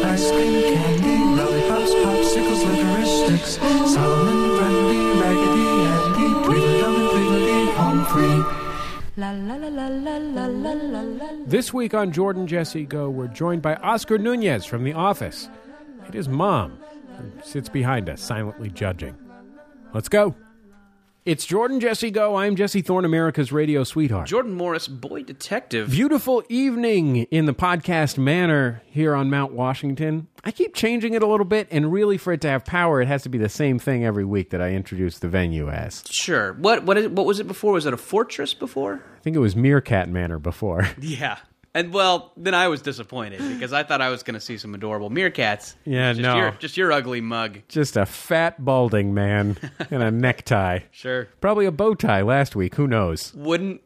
ice cream, candy, lollipops, popsicles, licorice sticks, Solomon, brandy, raggedy, Andy, tweedledum and tweedledee, home free. La la la la la la la la la. This week on Jordan Jesse Go, we're joined by Oscar Nunez from The Office. It is Mom, who sits behind us, silently judging. Let's go. It's Jordan Jesse Go. I'm Jesse Thorne, America's radio sweetheart. Jordan Morris, boy detective. Beautiful evening in the podcast manor here on Mount Washington. I keep changing it a little bit, and really, for it to have power, it has to be the same thing every week that I introduce the venue as. Sure. What what is, what was it before? Was it a fortress before? I think it was Meerkat Manor before. Yeah. And well, then I was disappointed because I thought I was going to see some adorable meerkats. Yeah, just no. Your, just your ugly mug. Just a fat balding man and a necktie. Sure. Probably a bow tie last week. Who knows? Wouldn't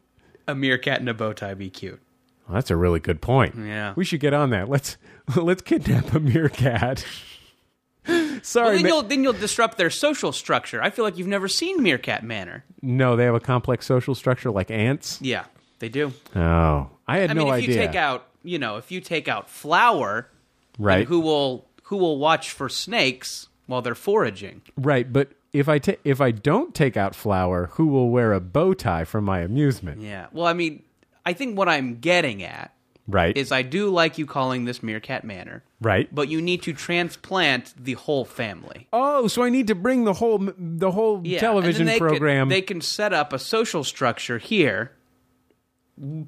a meerkat in a bow tie be cute? Well, that's a really good point. Yeah. we should get on that. Let's let's kidnap a meerkat. Sorry, Well, then ma- you'll then you'll disrupt their social structure. I feel like you've never seen meerkat manor. no, they have a complex social structure like ants. Yeah, they do. Oh, I had I no mean, if idea. you take out, you know, if you take out flour, then Right. Who will who will watch for snakes while they're foraging? Right, but if I ta- if I don't take out flour, who will wear a bow tie for my amusement? Yeah. Well, I mean, I think what I'm getting at Right, is I do like you calling this Meerkat Manor, right. but you need to transplant the whole family. oh, so I need to bring the whole m- the whole Yeah, and then television they program. Can, they can set up a social structure here.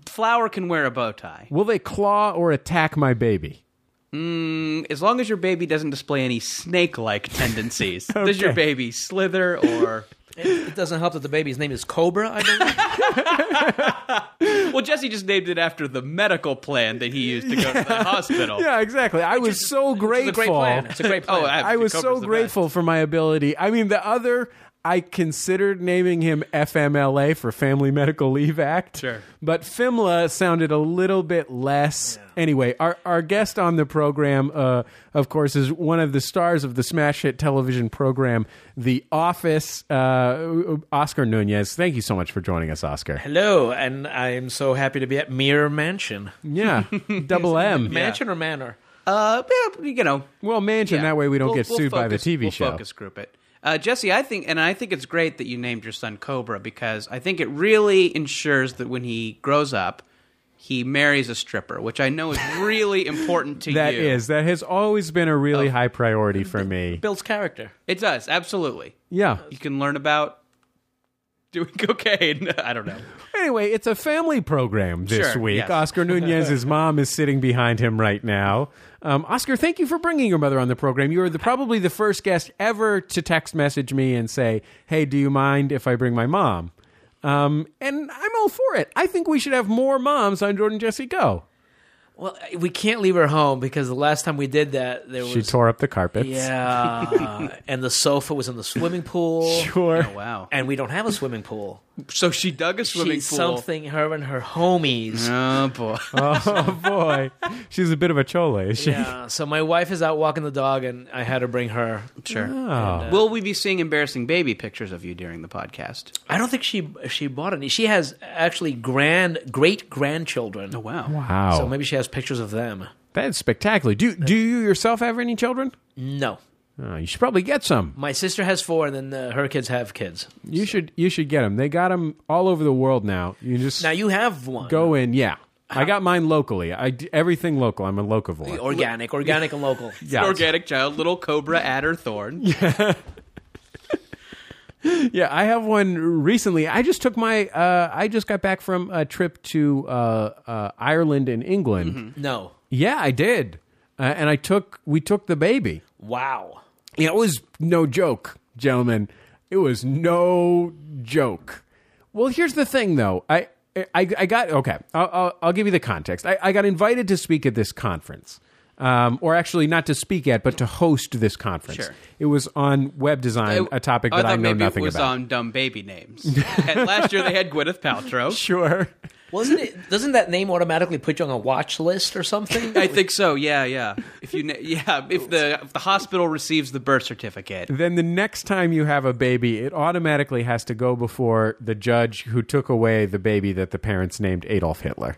Flower can wear a bow tie. will they claw or attack my baby? As long as your baby doesn't display any snake like tendencies. Does your baby slither or. It doesn't help that the baby's name is Cobra, I believe. Well, Jesse just named it after the medical plan that he used to go to the hospital. Yeah, exactly. I was so It's a grateful. great plan. It's a great plan. Oh, I, I was Cobra's so the grateful for my ability. I mean, the other, I considered naming him FMLA for Family Medical Leave Act. Sure. But FIMLA sounded a little bit less. Anyway, our, our guest on the program, uh, of course, is one of the stars of the smash hit television program, The Office, uh, Oscar Nunez. Thank you so much for joining us, Oscar. Hello, and I am so happy to be at Mere Mansion. Yeah, double M. Mansion or manor? Uh, yeah, you know, Well, mansion. yeah. That way we don't We'll- get we'll sued by the focus- TV we'll show. Focus group it, uh, Jesse. I think, and I think it's great that you named your son Cobra because I think it really ensures that when he grows up, he marries a stripper, which I know is really important to That you. is. That has always been a Oh. really high priority for me. Builds character. it does absolutely. Yeah. You can learn about doing cocaine. I don't know. Anyway, it's a family program this Sure, week. yes. Oscar Nunez's mom is sitting behind him right now. Um, Oscar, thank you for bringing your mother on the program. You were the, probably the first guest ever to text message me and say, "Hey, do you mind if I bring my mom?" Um, and I'm all for it. I think we should have more moms on Jordan Jesse Go. Well, we can't leave her home because the last time we did that, there was. She tore up the carpets. yeah. and the sofa was in the swimming pool. Sure. Oh, wow. And we don't have a swimming pool. So she dug a swimming She's pool. something, her and her homies. Oh boy. Oh boy, she's a bit of a chole. Is she? Yeah. So my wife is out walking the dog, and I had to bring her. Sure. uh, Will we be seeing embarrassing baby pictures of you during the podcast? I don't think she she bought any. She has actually grand great grandchildren. Oh wow. Wow, So maybe she has pictures of them. that's spectacular. Do do you yourself have any children? No. Uh, you should probably get some. My sister has four, and then uh, her kids have kids. You should you should get them. They got them all over the world now. You just Now you have one. go in. Yeah, I got mine locally. I d- everything local. I'm a locavore. organic, organic and local. yeah, Organic child, little cobra adder thorn. yeah. I have one recently. I just took my. Uh, I just got back from a trip to uh, uh, Ireland and England. No. Yeah, I did, uh, and I took we took the baby. Wow. Yeah, it was no joke, gentlemen. It was no joke. Well, here's the thing, though. I I, I got okay. I'll, I'll, I'll give you the context. I, I got invited to speak at this conference, um, or actually not to speak at, but to host this conference. Sure. It was on web design, a topic that thought I know maybe nothing it was about. on dumb baby names. and last year they had Gwyneth Paltrow. Sure. Wasn't it? Doesn't that name automatically put you on a watch list or something? I think so. Yeah, yeah. If you, na- yeah, if the if the hospital receives the birth certificate, Then the next time you have a baby, it automatically has to go before the judge who took away the baby that the parents named Adolf Hitler.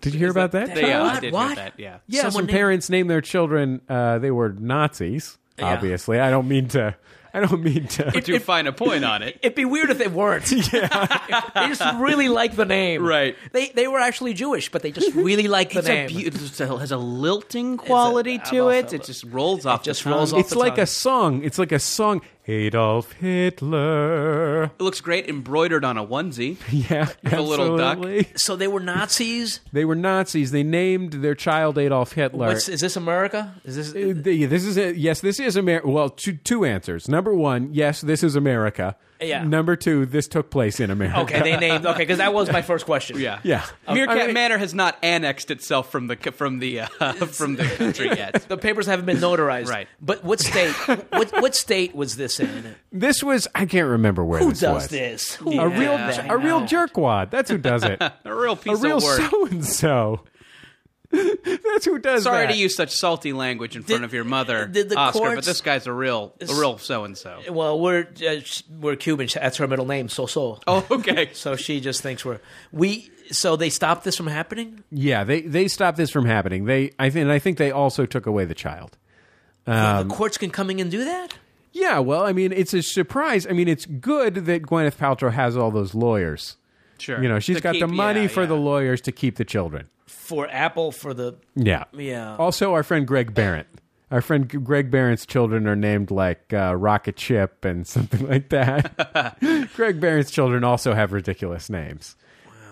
Did you hear about that? they, yeah, I What? did What? hear that. Yeah. Yeah, Someone some named- parents name their children. Uh, they were Nazis, Yeah. obviously. I don't mean to. I don't mean to. Do find a point on it. It'd be weird if they weren't. Yeah. they just really like the name. Right. They they were actually Jewish, but they just really like the It's a name. beau- it's a- has a lilting quality to I it. love it. It just rolls off. just the tongue. rolls off it's the like tongue. a song. It's like a song. Adolf Hitler. It looks great embroidered on a onesie. Yeah, The little duck. absolutely. so they were Nazis. They were Nazis. They named their child Adolf Hitler. What's, is this America? Is this? Uh, the- this is a, yes. This is America. Well, two, two answers. Number one, yes, this is America. Yeah. Number two, this took place in America. Okay, they named. Okay, because that was my first question. Yeah, Yeah. Meerkat I mean- Manor has not annexed itself from the c- from the uh, from the country yet. The papers haven't been notarized. Right. But what state? what what state was this in? This was I can't remember where Who this does was. this? A real Yeah, a real jerkwad. That's who does it. A real a piece real of work. so and so. That's who does. Sorry that. to use such salty language in front of your mother, did the Oscar, but courts- this guy's a real a real so and so. Well, we're uh, sh- we're Cuban. That's her middle name, So So. Oh, okay. So she just thinks we're we. So they stopped this from happening. Yeah, they they stopped this from happening. They I think and I think they also took away the child. Um, the courts can come in and do that. Yeah, well, I mean, it's a surprise. I mean, it's good that Gwyneth Paltrow has all those lawyers. Sure. You know, she's To got keep- the money yeah, for yeah. the lawyers to keep the children. for Apple for the Yeah. Yeah. Also, our friend Greg Barrett. Our friend G- Greg Barrett's children are named like uh, Rocket Ship and something like that. Greg Barrett's children also have ridiculous names.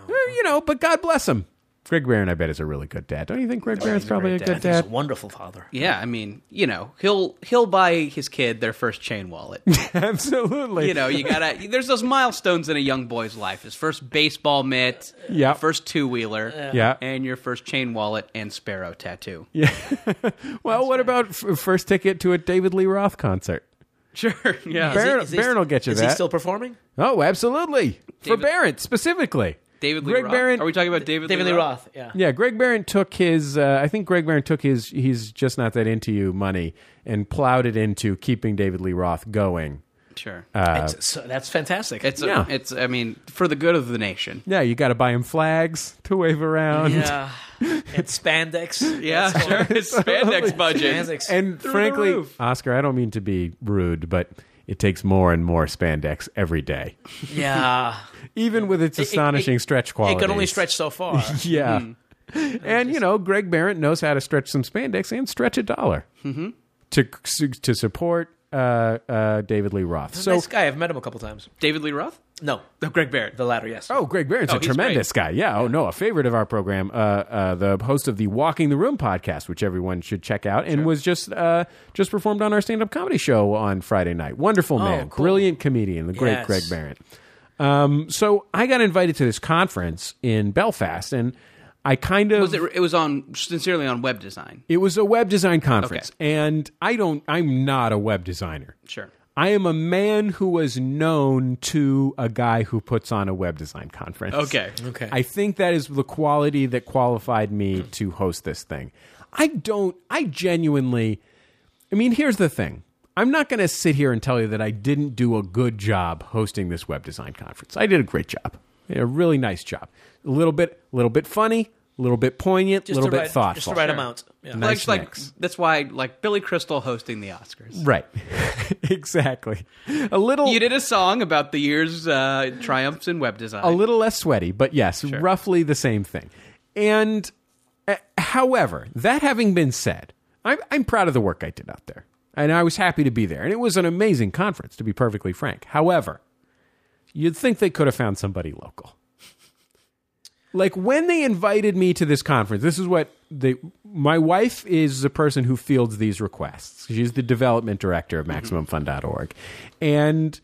Uh, You know, but God bless him. Greg Barron, I bet, is a really good dad. Don't you think Greg Barron's probably a great good dad. he's a dad? wonderful father. Yeah, I mean, you know, he'll he'll buy his kid their first chain wallet. Absolutely. you know, you gotta. There's those milestones in a young boy's life: his first baseball mitt, Yeah. first two wheeler, Yeah. and your first chain wallet and sparrow tattoo. well, what about f- first ticket to a David Lee Roth concert? Sure, yeah. Is he- Barron- is he- Barron will get you is that. he still performing? Oh, absolutely. For David- Barrett specifically. David Lee Greg Roth. Barron. Are we talking about David, David Lee Roth. Yeah. yeah, Greg Barron took his. Uh, I think Greg Barron took his. He's just not that into you money and plowed it into keeping David Lee Roth going. Sure. It's- so that's fantastic. it's a, Uh, yeah. it's. I mean, for the good of the nation. Yeah, you got to buy him flags to wave around. yeah. it's spandex. Yeah, sure. It's spandex budget. Spandex. And Through the frankly, roof. Oscar, I don't mean to be rude, but it takes more and more spandex every day, yeah. even with its It- astonishing it- stretch quality. It can only stretch Mm-hmm. so far. Yeah. And you know, Greg Barrett knows how to stretch some spandex and stretch a dollar Mm-hmm. to to support uh, uh, David Lee Roth. So, nice guy. I've met him a couple times. David Lee Roth. No, No, Greg Barrett. the latter. Yes. oh, Greg Barrett's a he's tremendous guy. Yeah. Oh no, a favorite of our program, uh, uh, the host of the Walking the Room podcast, which everyone should check out, and was just uh, just performed on our stand up comedy show on Friday night. Oh, Wonderful man, cool. brilliant comedian, the great Yes. Greg Barrett. Um, so I got invited to this conference in Belfast, and I kind of Was it? It was on sincerely on web design. It was a web design conference, and I don't. I'm not a web designer. Sure. I am a man who was known to a guy who puts on a web design conference. Okay. Okay. I think that is the quality that qualified me to host this thing. I don't. I genuinely. I mean, here's the thing. I'm not going to sit here and tell you that I didn't do a good job hosting this web design conference. I did a great job. I did A really nice job. A little bit, a little bit funny, a little bit poignant, a Just little the bit right, thoughtful. Just the right amount. Yeah. Nice Like, like mix. that's why like Billy Crystal hosting the Oscars. Right. exactly. A little You did a song about the year's uh, triumphs in web design. a little less sweaty, but yes, roughly the same thing. And uh, however, that having been said, I'm I'm proud of the work I did out there. And I was happy to be there. And it was an amazing conference to be perfectly frank. However, you'd think they could have found somebody local. Like when they invited me to this conference, this is what they my wife is the person who fields these requests. She's the development director of maximumfund.org. And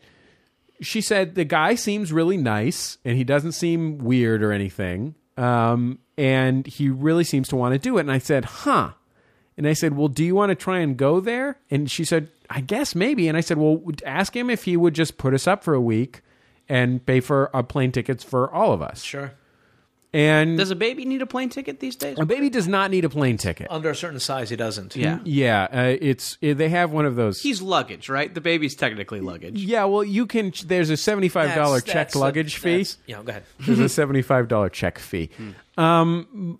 she said the guy seems really nice and he doesn't seem weird or anything. Um, and he really seems to want to do it. And I said, huh. And I said, well, do you want to try and go there? And she said, I guess maybe. And I said, well, would- ask him if he would just put us up for a week and pay for our plane tickets for all of us. Sure. And Does a baby need a plane ticket these days? a baby does not need a plane ticket. Under a certain size, he doesn't. Mm-hmm. Yeah, Yeah. uh, it's uh, they have one of those. He's luggage, right? The baby's technically luggage. yeah, well, you can. There's a seventy-five That's- dollar that's check the- luggage fee. that's- Yeah, go ahead. There's a seventy-five dollar check fee.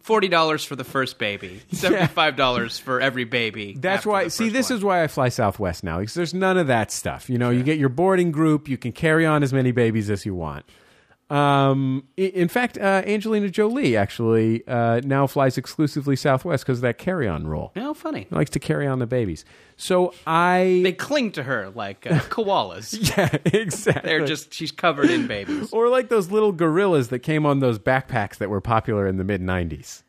Forty dollars for the first baby. Seventy-five dollars for every baby. That's after why. the See, first this one. is why I fly Southwest now because there's none of that stuff. You know, you get your boarding group. You can carry on as many babies as you want. Um, i- in fact, uh, Angelina Jolie actually uh, now flies exclusively Southwest because of that carry-on rule. no funny. Likes to carry on the babies. So I. They cling to her like uh, koalas. yeah, exactly. They're just she's covered in babies. Or like those little gorillas that came on those backpacks that were popular in the mid '90s.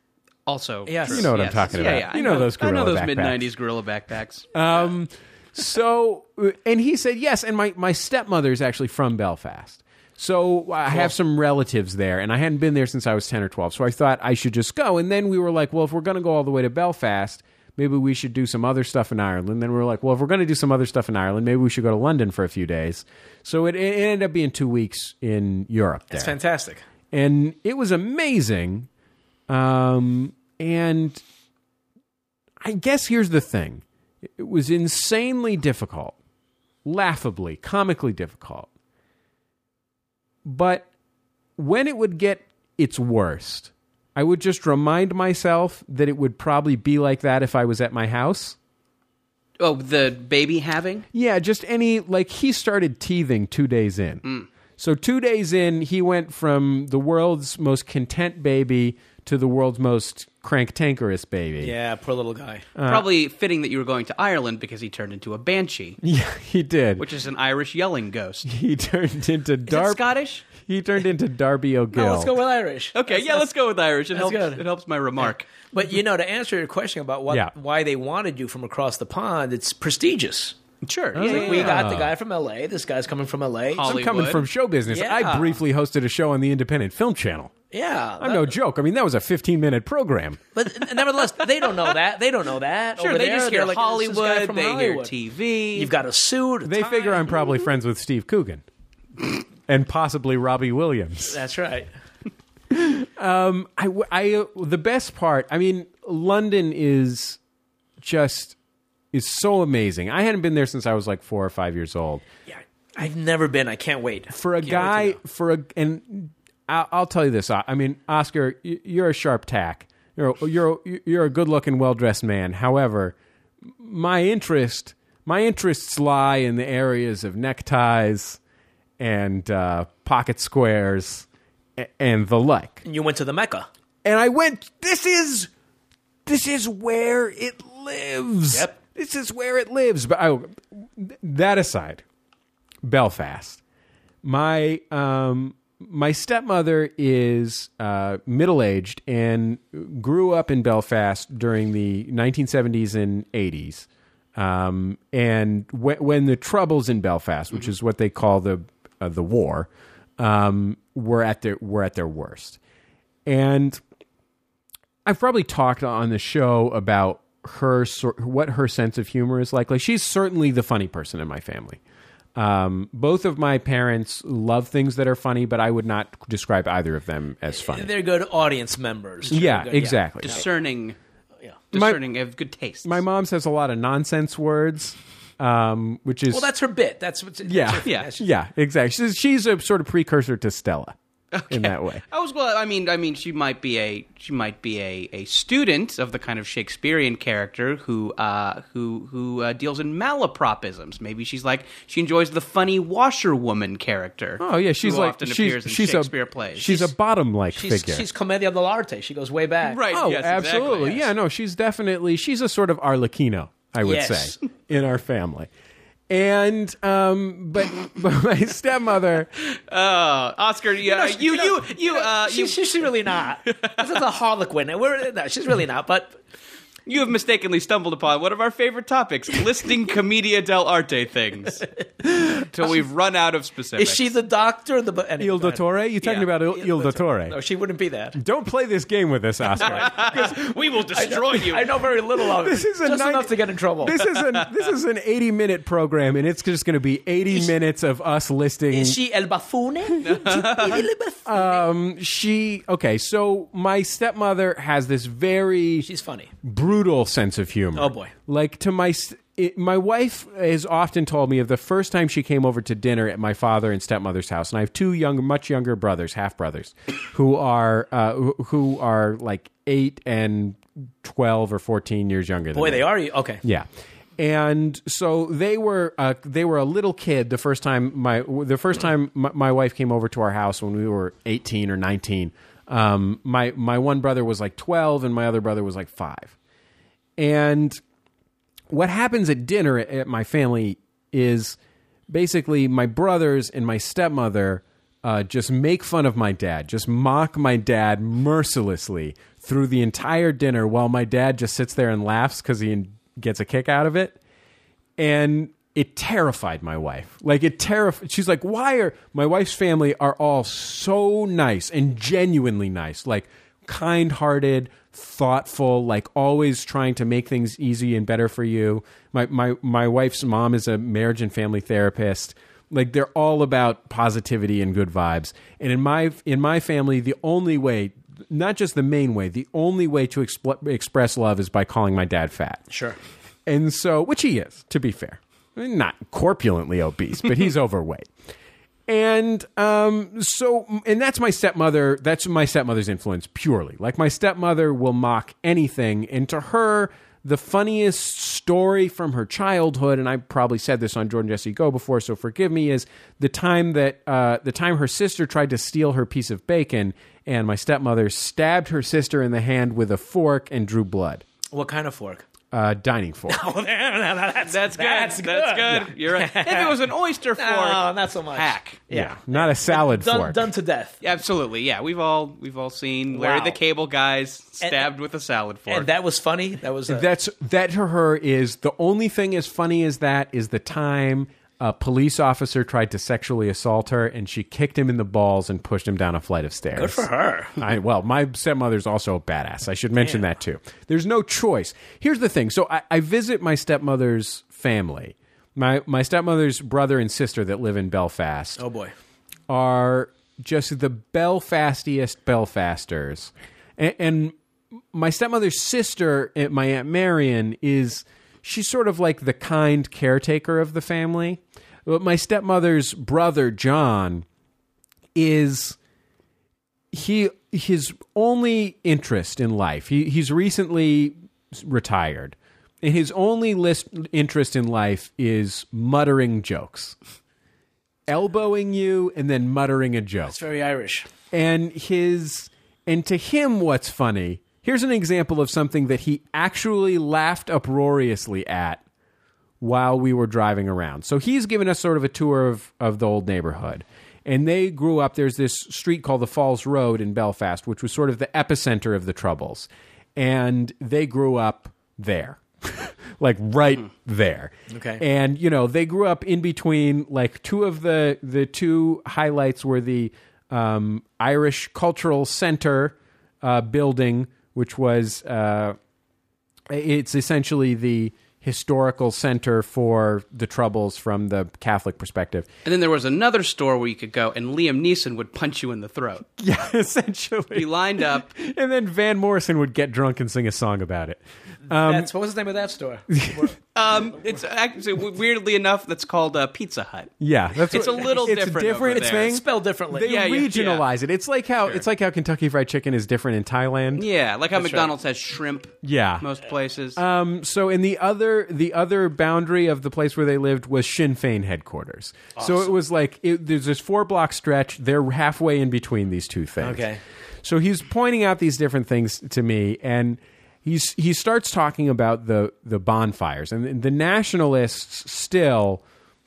Also, Yes. true. You know what I'm Yes. talking Yeah, about. yeah. You I know those I know gorilla those backpacks. mid '90s gorilla backpacks. Um, so, uh, and he said yes. And my my stepmother's actually from Belfast, so I have some relatives there, and I hadn't been there since I was ten or twelve. So I thought I should just go. And then we were like, well, if we're going to go all the way to Belfast, maybe we should do some other stuff in Ireland. Then we were like, well, if we're going to do some other stuff in Ireland, maybe we should go to London for a few days. So it, it ended up being two weeks in Europe. There, It's fantastic. and it was amazing. Um, and I guess here's the thing it was insanely difficult, laughably, comically difficult. But when it would get its worst, I would just remind myself that it would probably be like that if I was at my house. Oh, the baby having. Yeah, just any like he started teething two days in. Mm. So two days in, he went from the world's most content baby to the world's most cranktankerous baby. Yeah, poor little guy. Probably fitting that you were going to Ireland because he turned into a banshee, Yeah, he did. which is an Irish yelling ghost. Is he turned into it Darby. Scottish? he turned into Darby O'Gill. No, Oh, let's go with Irish. Okay, yeah, let's go with Irish. It that's helps. good. It helps my remark. But you know, to answer your question about what Yeah. why they wanted you from across the pond, it's prestigious. Sure. It's yeah, like, yeah, we yeah. got the guy from L.A. This guy's coming from L.A. Holly- I'm coming Hollywood. from show business. I Yeah. briefly hosted a show on the Independent Film Channel. yeah, I'm no joke. I mean, that was a 15 minute program. but nevertheless, they don't know that. They don't know that. Sure, Over they there, just hear they're like, "Oh, "This is this guy Hollywood. from They hear Hollywood." TV. You've got a suit. a They tie. figure I'm probably friends with Steve Coogan and possibly Robbie Williams. That's right. I, w- I, uh, the best part. I mean, London is just is so amazing. I hadn't been there since I was like four or five years old. Yeah, I've never been. I can't wait. For a guy, for a and I, I'll tell you this. I, I mean, Oscar, y- you're a sharp tack. You're a, you're a, you're a good looking, well dressed man. However, m- my interest my interests lie in the areas of neckties and uh, pocket squares a- and the like. And you went to the Mecca. and I went, "This is, this is where it lives. Yep. This is where it lives." But I, that aside, Belfast, my um, my stepmother is uh, middle aged and grew up in Belfast during the 1970s and 80s. Um, and wh- when the troubles in Belfast, which is what they call the uh, the war, um, were at their were at their worst, and I've probably talked on the show about her sor- what her sense of humor is like. Like she's certainly the funny person in my family. Um, both of my parents love things that are funny, but I would not describe either of them as funny. They're good audience members. Yeah, They're good- exactly. discerning. Oh, Yeah. Discerning of good taste. My mom says a lot of nonsense words, um, which is Well, that's her bit. That's what's yeah, that's her- yeah. that's- yeah, exactly. She's, she's a sort of precursor to Stella in that way. I was well. I mean, I mean, she might be a she might be a, a student of the kind of Shakespearean character who uh, who who uh, deals in malapropisms. Maybe she's like she enjoys the funny washerwoman character. Oh yeah, she's who like often she's appears in she's Shakespeare a plays. she's a bottom like She's, figure. she's commedia dell'arte. She goes way back. right. Oh, yes, exactly, absolutely. yes. Yeah, no, she's definitely she's a sort of Arlecchino, I would Yes. say, in our family. And um, but but my stepmother, Uh, Oscar, yeah, No, she- you know, you you know, uh, she- you she's really not. this is a harlequin. We're, no, she's really not. But You have mistakenly stumbled upon one of our favorite topics, listing commedia dell'arte things. Till we've run out of specifics. Is she the doctor? The bu- anyway, Il go ahead. Dottore? You're talking about Il, Il Dottore. No, she wouldn't be that. Don't play this game with us, Oscar. we will destroy you. I know very little of it. This is a just nine- enough to get in trouble. this is an this is an 80 minute program, and it's just going to be 80 minutes of us listing. is she El Bafune? she okay? So my stepmother has this very She's funny. brutal sense of humor. Oh, boy. Like to my s- it, my wife has often told me of the first time she came over to dinner at my father and stepmother's house, and I have two young, much younger brothers, half brothers, who are uh, who- who are like eight and twelve or fourteen years younger. Than Boy, me. they are. Okay. Yeah. And so they were uh, they were a little kid the first time my the first time my, my wife came over to our house when we were 18 or 19. Um, my my one brother was like 12 and my other brother was like 5. And what happens at dinner at, at my family is basically my brothers and my stepmother uh, just make fun of my dad, just mock my dad mercilessly through the entire dinner while my dad just sits there and laughs because he gets a kick out of it. And it terrified my wife. Like it terrified. She's like, "Why are my wife's family are all so nice and genuinely nice? Like kind-hearted, thoughtful, like always trying to make things easy and better for you." My my my wife's mom is a marriage and family therapist. Like they're all about positivity and good vibes. And in my in my family, the only way not just the main way, the only way to expl- express love is by calling my dad fat. Sure. And so, which he is, to be fair, I mean, not corpulently obese, but he's overweight. And um, so, and that's my stepmother. That's my stepmother's influence purely. Like my stepmother will mock anything, and to her, the funniest story from her childhood, and I probably said this on Jordan Jesse Go before, so forgive me, is the time that uh, the time her sister tried to steal her piece of bacon, and my stepmother stabbed her sister in the hand with a fork and drew blood. What kind of fork? Uh, dining fork. Oh, that's, That's good. That's good. You're right. If it was an oyster fork, No, not so much. hack. Yeah. Not a salad Done, fork. done to death. Absolutely, yeah. We've all we've all seen Larry Wow. the Cable Guy's stabbed with a salad fork. And that was funny. That was. Uh, That's that to her is the only thing as funny as that is the time a police officer tried to sexually assault her and she kicked him in the balls and pushed him down a flight of stairs. Good for her. I, well, my stepmother's also a badass. I should mention that too. There's no choice. Here's the thing. So I, I visit my stepmother's family. My my stepmother's brother and sister that live in Belfast oh boy. are just the Belfastiest Belfasters. And, and my stepmother's sister, eh, my Aunt Marion, is she's sort of like the kind caretaker of the family. But my stepmother's brother, John, is he his only interest in life. He he's recently s- retired. And his only list interest in life is muttering jokes elbowing you and then muttering a joke. It's very Irish. And his and to him what's funny. Here's an example of something that he actually laughed uproariously at while we were driving around. So he's given us sort of a tour of, of the old neighborhood. And they grew up, there's this street called the Falls Road in Belfast, which was sort of the epicenter of the Troubles. And they grew up there, like right there. Okay. And, you know, they grew up in between, like, two of the, the two highlights were the um, Irish Cultural Center uh, building, which was. Uh, it's essentially the historical center for the troubles from the catholic perspective and then there was another store where you could go, and Liam Neeson would punch you in the throat. yeah essentially He lined up. and then van morrison would get drunk and sing a song about it that's what was the name of that store? Um, it's actually weirdly enough that's called uh, Pizza Hut. yeah that's It's what- a little it's different a different over there. thing Spelled differently. they Yeah, yeah, regionalize it it's like how it's like how kentucky fried chicken is different in thailand Yeah, like how McDonald's has shrimp. Yeah. most places. Uh, Um, so in the other the other boundary of the place where they lived was Sinn Fein headquarters. So it was like it, there's this four block stretch. They're halfway in between these two things. Okay. So he's pointing out these different things to me, and he's he starts talking about the the bonfires, and the nationalists still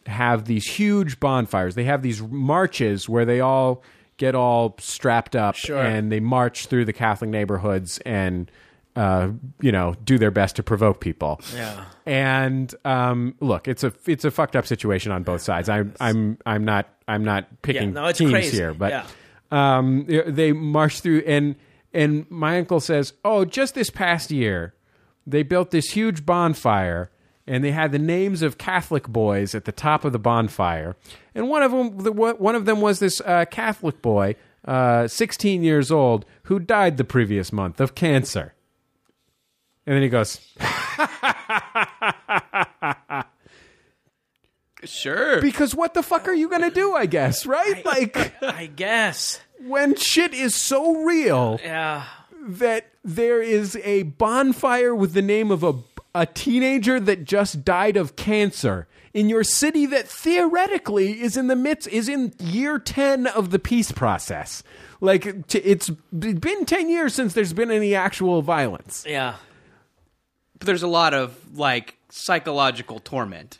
have these huge bonfires. They have these marches where they all get all strapped up Sure. and they march through the Catholic neighborhoods and. uh, you know, do their best to provoke people. Yeah. And um, look, it's a it's a fucked up situation on both sides. I'm I'm I'm not I'm not picking no, it's teams crazy. here, but Yeah. um, they march through and and my uncle says, "Oh, just this past year, they built this huge bonfire." And they had the names of Catholic boys at the top of the bonfire, and one of them, the, one of them was this uh, Catholic boy, uh, 16 years old, who died the previous month of cancer. And then he goes, Sure. Because what the fuck are you going to do, I guess, right? Like, I guess. when shit is so real Yeah. that there is a bonfire with the name of a, a teenager that just died of cancer in your city that theoretically is in the midst, is in year 10 of the peace process. Like, t- it's been 10 years since there's been any actual violence. Yeah. But there's a lot of like psychological torment.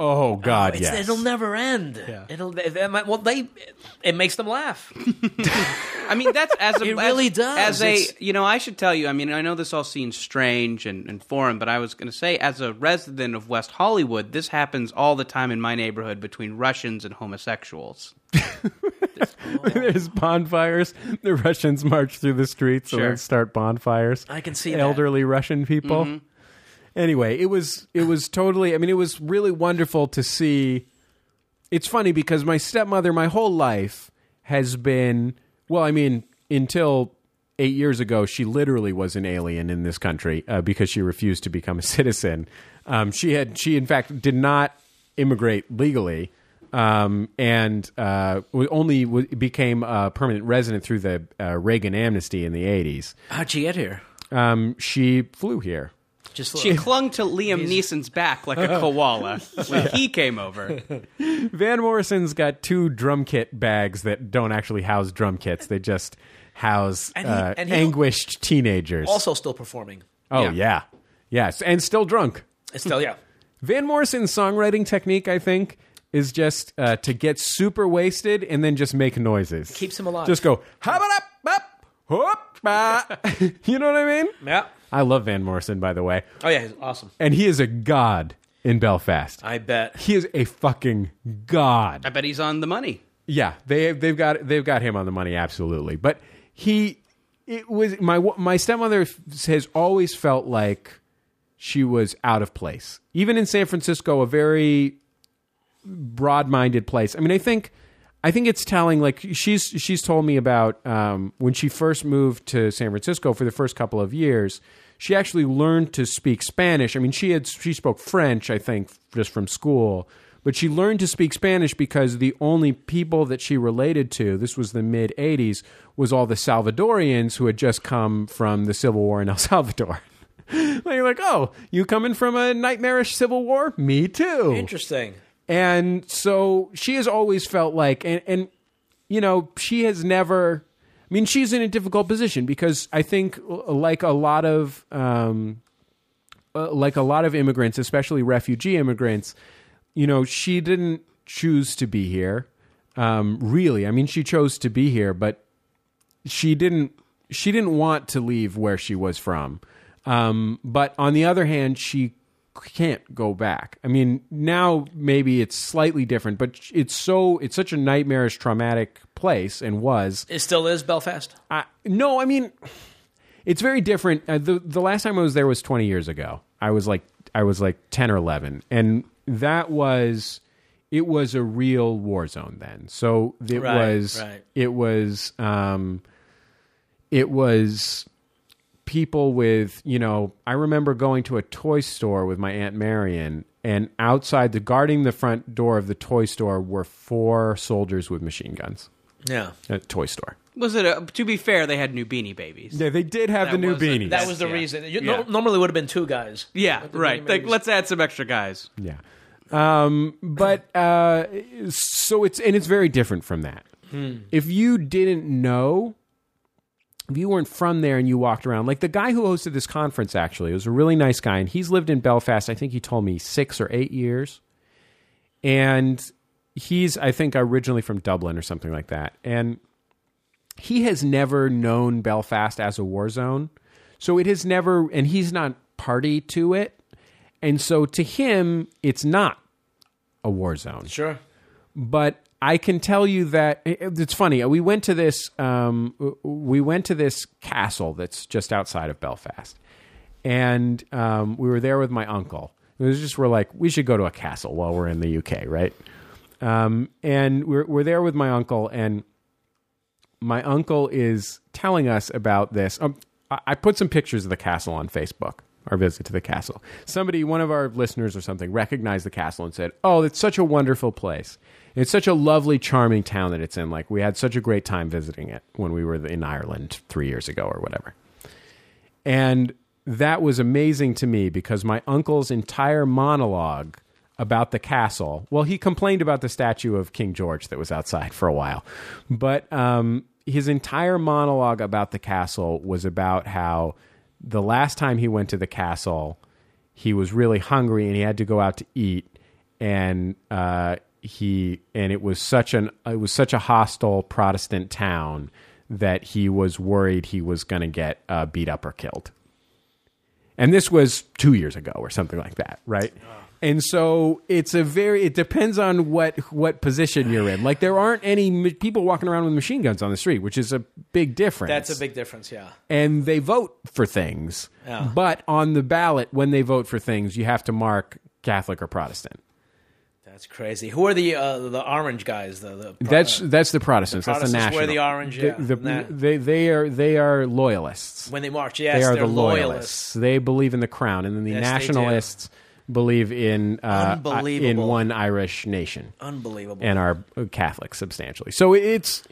Oh, God, It's, yes. It'll never end. It'll. They, they might- well, they. It makes them laugh. I mean, that's as a, It as- really does. As a It's- you know, I should tell you. I mean, I know this all seems strange and, and foreign, but I was going to say, as a resident of West Hollywood, this happens all the time in my neighborhood between Russians and homosexuals. There's bonfires. The Russians march through the streets Sure. and start bonfires. I can see that. Mm-hmm. elderly Russian people. Anyway, it was it was totally. I mean, it was really wonderful to see. It's funny because my stepmother, my whole life has been well. I mean, until eight years ago, she literally was an alien in this country uh, because she refused to become a citizen. Um, she had she in fact did not immigrate legally um, and uh, w- only w- became a permanent resident through the uh, Reagan amnesty in the 80s. How'd you get here? Um, she flew here. Just She clung to Liam Neeson's back like a koala when he came over. Van Morrison's got two drum kit bags that don't actually house drum kits, they just house And he- uh, and he- anguished teenagers. also still performing. oh, yeah. yeah. Yes, and still drunk. It's still yeah. Van Morrison's songwriting technique, I think, is just uh, to get super wasted and then just make noises. Keeps him alive. Just go, hop it up, up, whoop, ah." You know what I mean? Yeah. I love Van Morrison, by the way. Oh yeah. He's awesome. And he is a god in Belfast. I bet. He is a fucking god. I bet he's on the money. Yeah, they they've got they've got him on the money absolutely. But he it was my my stepmother f- has always felt like she was out of place. Even in San Francisco, a very broad-minded place. I mean, I think I think it's telling like she's she's told me about um, when she first moved to San Francisco for the first couple of years, she actually learned to speak Spanish. I mean, she had she spoke French, I think, just from school, but she learned to speak Spanish because the only people that she related to, this was the mid 80s, was all the Salvadorians who had just come from the Civil War in El Salvador. like, like, oh, you coming from a nightmarish civil war? Me too. Interesting. And so she has always felt like, and, and you know, she has never. I mean, she's in a difficult position because I think, l- like a lot of, um, uh, like a lot of immigrants, especially refugee immigrants, you know, she didn't choose to be here. Um, really, I mean, she chose to be here, but she didn't she didn't want to leave where she was from. Um, but on the other hand, she can't go back. I mean, now maybe it's slightly different, but it's so it's such a nightmarish, traumatic place, and was. It still is Belfast. I, no, I mean, it's very different. Uh, the The last time I was there was twenty years ago. I was like I was like ten or eleven, and that was it was a real war zone then. So it Right, was right. it was um, it was people with you know i remember going to a toy store with my aunt marion and outside the guarding the front door of the toy store were four soldiers with machine guns Yeah. a toy store Was it? A, to be fair, they had new Beanie Babies. yeah, they did have That the new was a- beanies. That was the Yeah. reason. Yeah. You, no- normally would have been two guys. Yeah, But the right. Beanie Like, Babies- let's add some extra guys. yeah. Um, but uh, so it's and it's very different from that. Hmm. If you didn't know, if you weren't from there and you walked around, like the guy who hosted this conference, actually, was a really nice guy, and he's lived in Belfast. I think he told me six or eight years, and he's I think originally from Dublin or something like that, and he has never known Belfast as a war zone. So it has never, and he's not party to it. And so to him, it's not a war zone Sure. but I can tell you that it- it's funny. uh, We went to this um, we went to this castle that's just outside of Belfast, and um, we were there with my uncle. It was just we're like we should go to a castle while we're in the UK, right? Um, and we're we're there with my uncle, and my uncle is telling us about this. Um, I, I put some pictures of the castle on Facebook. Our visit to the castle. Somebody, one of our listeners or something, recognized the castle and said, "Oh, it's such a wonderful place. It's such a lovely, charming town that it's in. Like we had such a great time visiting it when we were in Ireland three years ago or whatever." And that was amazing to me because my uncle's entire monologue about the castle well, he complained about the statue of King George that was outside for a while. But um, his entire monologue about the castle was about how the last time he went to the castle, he was really hungry and he had to go out to eat and uh, he and it was such an it was such a hostile Protestant town that he was worried he was going to get uh, beat up or killed. And this was two years ago or something like that, right? And so it's a very it depends on what what position you're in. Like there aren't any ma- people walking around with machine guns on the street, which is a big difference That's a big difference, yeah. and they vote for things. Yeah. But on the ballot, when they vote for things, you have to mark Catholic or Protestant. That's crazy. Who are the uh, the orange guys? The, the That's uh, that's the Protestants. that's the Protestants national. wear the orange, yeah, The- the- nah. they they are they are loyalists. when they march. Yes, they are they're the loyalists. They believe in the crown, and then the Yes, they do. nationalists believe in uh, uh, in Unbelievable. one Irish nation Unbelievable. and are uh, Catholic substantially. So it's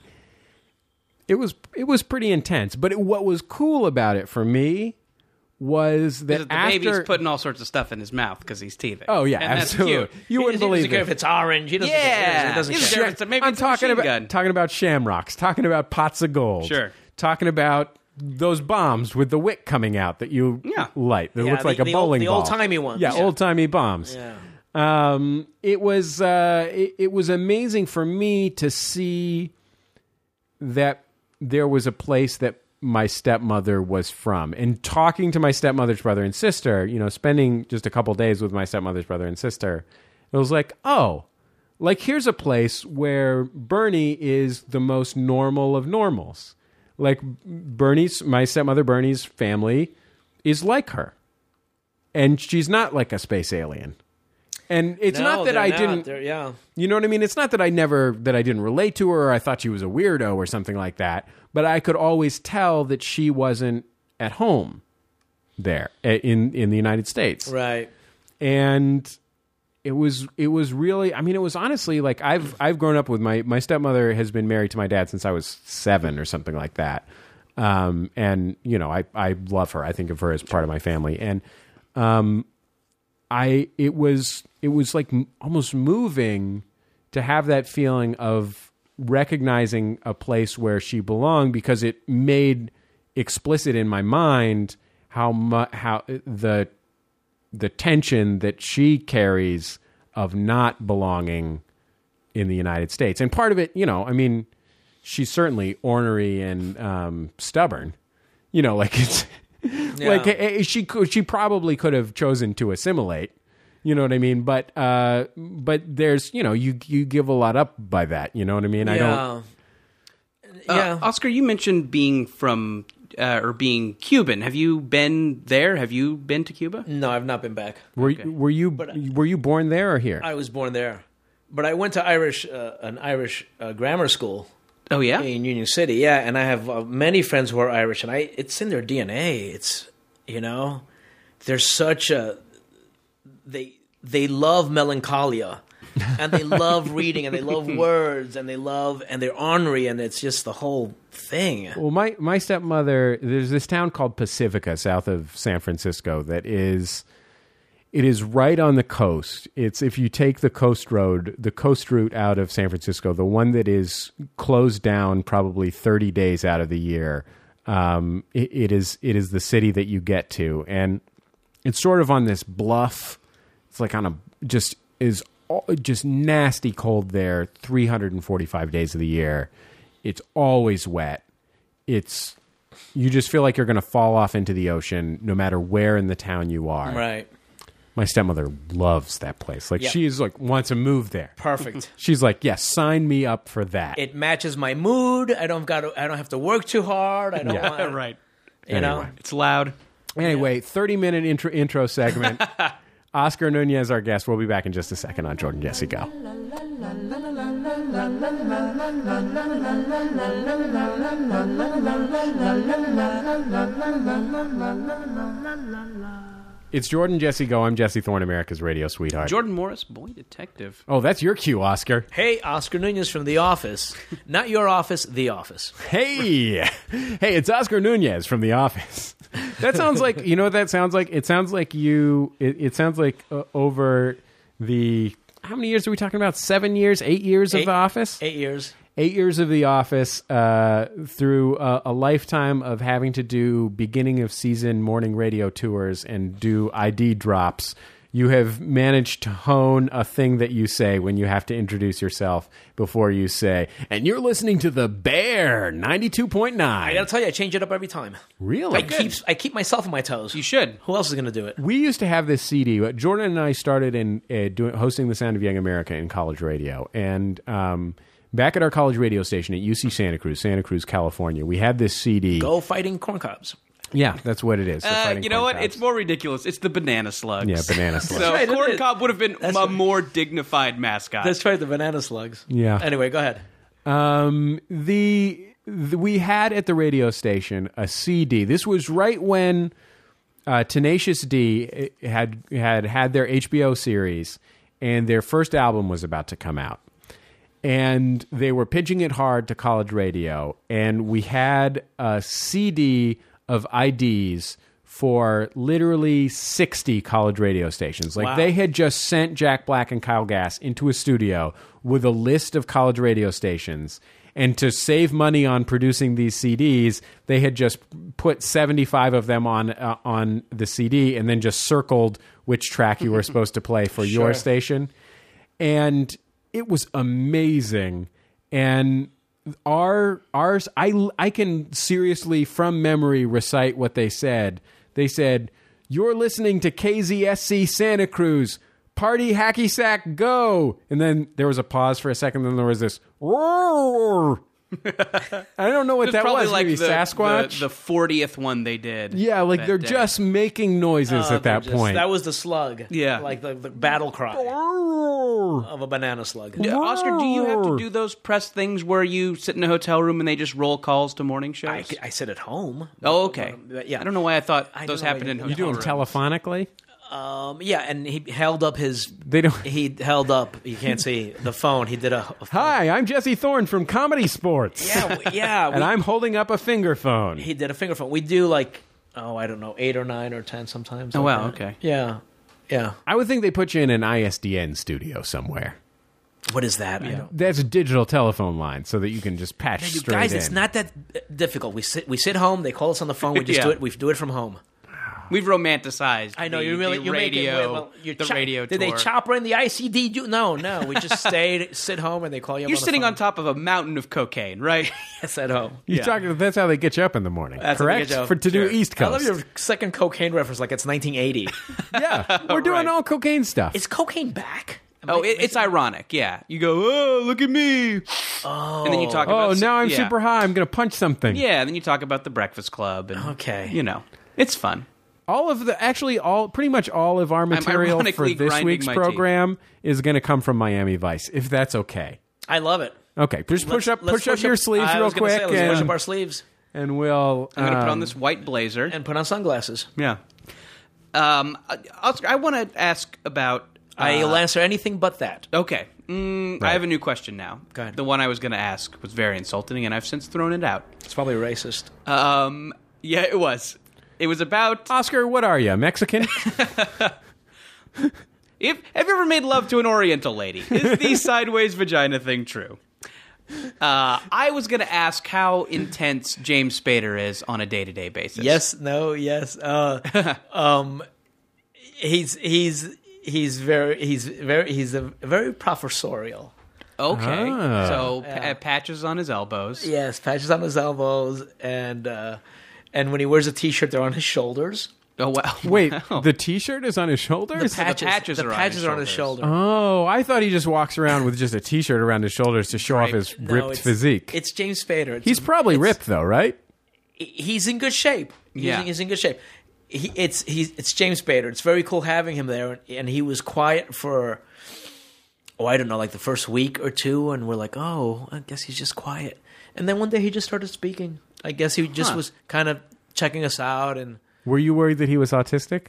it was it was pretty intense. But it, what was cool about it for me was that The after baby's putting all sorts of stuff in his mouth because he's teething. Oh yeah, and that's absolutely. cute. You wouldn't he doesn't believe care it. if it's orange. He doesn't Yeah. care. He doesn't He doesn't care. care. It's a- maybe I'm it's a talking about machine gun. talking about shamrocks, talking about pots of gold, Sure. talking about those bombs with the wick coming out that you Yeah. light that Yeah, look the- like a the old- bowling the ball, old-timey ones. Yeah, Yeah. old timey bombs. Um, it was uh, it, it was amazing for me to see that there was a place that my stepmother was from and talking to my stepmother's brother and sister you know spending just a couple days with my stepmother's brother and sister it was like oh like here's a place where bernie is the most normal of normals like bernie's my stepmother bernie's family is like her and she's not like a space alien and it's No, not that they're i not. didn't They're- yeah. you know what I mean? It's not that I never that I didn't relate to her or I thought she was a weirdo or something like that, but I could always tell that she wasn't at home there eh, in in the United States. Right. And it was it was really I mean it was honestly like I've I've grown up with my my stepmother has been married to my dad since I was 7 or something like that. Um and you know, I I love her. I think of her as part of my family and um, I it was it was like m- almost moving to have that feeling of recognizing a place where she belonged because it made explicit in my mind how mu- how the the tension that she carries of not belonging in the United States and part of it you know I mean she's certainly ornery and um, stubborn you know like it's like eh, eh, she could, she probably could have chosen to assimilate. You know what I mean? But uh, but there's you know you you give a lot up by that. You know what I mean? I don't. yeah. Uh, yeah. Oscar, you mentioned being from uh, or being Cuban. Have you been there? Have you been to Cuba? no, I've not been back. Were were you were you born there or here? uh, I was born there, but I went to Irish uh, an Irish uh, grammar school Oh yeah. in Union City. Yeah, and I have uh, many friends who are Irish, and I it's in their DNA. It's you know, they're such a they they love melancholia, and they love reading, and they love words, and they love and they're ornery, and it's just the whole thing. Well, my my stepmother. There's this town called Pacifica, south of San Francisco, that is. It is right on the coast. It's if you take the coast road, the coast route out of San Francisco, the one that is closed down probably 30 days out of the year. Um, it, it is it is the city that you get to, and it's sort of on this bluff. It's like on a just is all, just nasty cold there 345 days of the year. It's always wet. It's you just feel like you're going to fall off into the ocean no matter where in the town you are. Right. My stepmother loves that place. Like Yeah. she is like wants to move there. Perfect. She's like, "Yes, sign me up for that." it matches my mood. I don't got. I don't have to work too hard. I don't. Yeah. Want, right. You know. Anyway. It's loud. Anyway, 30 minute intro, intro segment. Oscar Nunez, our guest. We'll be back in just a second on Jordan Jesse Go. It's Jordan Jesse Go. I'm Jesse Thorne, America's radio sweetheart. Jordan Morris, boy detective. oh, that's your cue, Oscar. Hey, Oscar Nunez from The Office. Not your office, The Office. Hey, hey, it's Oscar Nunez from The Office. That sounds like you know what that sounds like. It sounds like you. It, it sounds like uh, over the how many years are we talking about? Seven years, eight years of Eight- The Office. Eight years. Eight years of The Office uh, through a, a lifetime of having to do beginning of season morning radio tours and do ID drops. You have managed to hone a thing that you say when you have to introduce yourself before you say, and you're listening to The Bear I gotta 92.9. tell you, I change it up every time. Really? I keep I keep myself on my toes. You should. Who else is gonna do it? we used to have this CD. but Jordan and I started in uh, doing hosting the Sound of Young America in college radio, and um, back at our college radio station at UC Santa Cruz, Santa Cruz, California, we had this CD. Go fighting corn cobs. Yeah, that's what it is. the Uh, fighting you know corn what? cobs. It's more ridiculous. It's the banana slugs. yeah, banana slugs. So right, it corn is. cob would have been a right. more dignified mascot. Let's try the banana slugs. Yeah. Anyway, go ahead. Um, the, the we had at the radio station a CD. This was right when uh, Tenacious D eh, had had had their HBO series, and their first album was about to come out, and they were pitching it hard to college radio, and we had a CD of IDs. For literally 60 college radio stations. Like, Wow. they had just sent Jack Black and Kyle Gass into a studio with a list of college radio stations. And to save money on producing these CDs, they had just put 75 of them on uh, on the CD and then just circled which track you were supposed to play for your station. And it was amazing. And our ours I I can seriously from memory recite what they said. They said, "You're listening to KZSC Santa Cruz. Party hacky sack go." And then there was a pause for a second then there was this roar. I don't know what that probably was. like Maybe the, Sasquatch. the- the 40th one they did. yeah, like that they're day. just making noises at that Uh, Just- point. That was the slug. Yeah. Like the, the battle cry Roar. of a banana slug. Yeah, Uh, Oscar, do you have to Roar. do those press things where you sit in a hotel room and they just roll calls to morning shows? I, I sit at home. oh, okay. But yeah. I don't know why I thought I those don't know happened why in you- hotel You You do them rooms. telephonically? Um, yeah, and he held up his. They don't He held up. You can't see the phone. He did a. a Hi, I'm Jesse Thorne from Comedy Sports. Yeah, w- yeah. and we- I'm holding up a finger phone. he did a finger phone. We do like oh, I don't know, eight or nine or ten sometimes. Oh, like wow, that. okay. Yeah, yeah. I would think they put you in an ISDN studio somewhere. What is that? I don't. That's a digital telephone line, so that you can just patch You straight guys, in. it's not that uh, difficult. We sit, we sit home. They call us on the phone. We just Yeah. do it. We do it from home. We've romanticized. I know the, you really the you radio. Make it, well, you're the chop- radio. Did they tour. chopper in the ICD? Do- No, no. We just stay, sit home, and they call you. up You're on the sitting phone. on top of a mountain of cocaine, right? Yes, at home. You're Yeah. talking. That's how they get you up in the morning, That's how they correct? get you up. For to Sure. do East I love Coast. your second cocaine reference. Like it's 1980. yeah, we're doing Right. all cocaine stuff. is cocaine back? Am oh, I- it, it's ironic. Yeah, you go. Oh, look at me. Oh, and then you talk. oh, about, now I'm yeah. super high. I'm gonna punch something. Yeah, and then you talk about the Breakfast Club. And, Okay. you know, it's fun. All of the actually all pretty much all of our material for ironically this grinding week's my program is gonna come from Miami Vice, if that's okay. I love it. Okay, just push Let's- up, let's push, up your sleeves I real was gonna say, quick, let's push up and, our sleeves and we'll. I'm gonna put on um, this white blazer. and put on sunglasses. yeah. Um, I- Oscar, I want to ask about. I'll uh, answer anything but that. okay. Mm, I have a new question now. Go ahead. The one I was gonna ask was very insulting, and I've since thrown it out. It's probably racist. Um, yeah, it was. It was about Oscar, what are you, Mexican? If have you ever made love to an Oriental lady? Is the sideways vagina thing true? Uh, I was going to ask how intense James Spader is on a day to day basis. Yes, no, yes. Uh, um, he's he's he's very he's very he's a very professorial. Okay. Ah. so pa- patches on his elbows. Yes, patches on his elbows and uh, and when he wears a T-shirt, they're on his shoulders. Oh wow! Wait, Wow. the T-shirt is on his shoulders. the patches the are on patches his are on his shoulders. shoulder. oh, I thought he just walks around with just a T-shirt around his shoulders to show off Right. his No, ripped it's- physique. It's James Spader. It's- He's probably it's- ripped though, right? He's in good shape. He's, Yeah. in, he's in good shape. He, it's he's it's James Spader. It's very cool having him there, and he was quiet for oh I don't know, like the first week or two, and we're like, oh, I guess he's just quiet. And then one day he just started speaking. I guess he just Huh. was kind of checking us out and. Were you worried that he was autistic?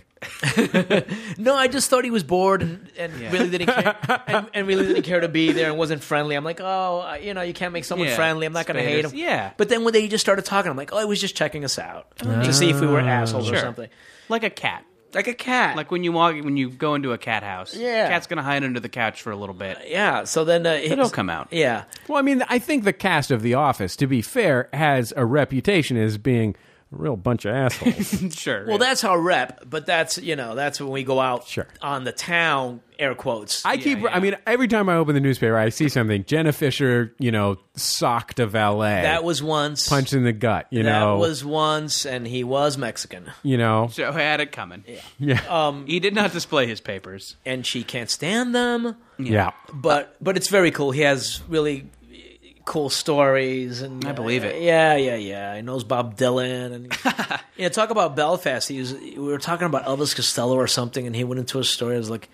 No, I just thought he was bored and, and Yeah. really didn't care and, and really didn't care to be there and wasn't friendly. I'm like, oh, I- you know, you can't make someone Yeah, friendly. I'm not going to hate Spader's- him. yeah. But then one day he just started talking. I'm like, oh, he was just checking us out to see if we were assholes Sure. or something. like a cat. Like a cat. Like when you walk, when you go into a cat house, Yeah. cat's gonna hide under the couch for a little bit. yeah. So then uh, he- It'll come out. Yeah. Well, I mean, I think the cast of The Office, to be fair, has a reputation as being a real bunch of assholes. sure. Well, that's our rep, but that's you know that's when we go out Sure. on the town air quotes. I keep, yeah. I mean, every time I open the newspaper, I see something. Jenna Fisher, you know, socked a valet. that was once. punch in the gut, you that know. was once, and he was Mexican, you know, so he had it coming. yeah, Oh, He did not display his papers. and she can't stand them. yeah. but but it's very cool. He has really cool stories, and I believe it. Yeah, yeah, yeah. He knows Bob Dylan, and you know, talk about Belfast. He was we were talking about Elvis Costello or something, and he went into a story. I was like,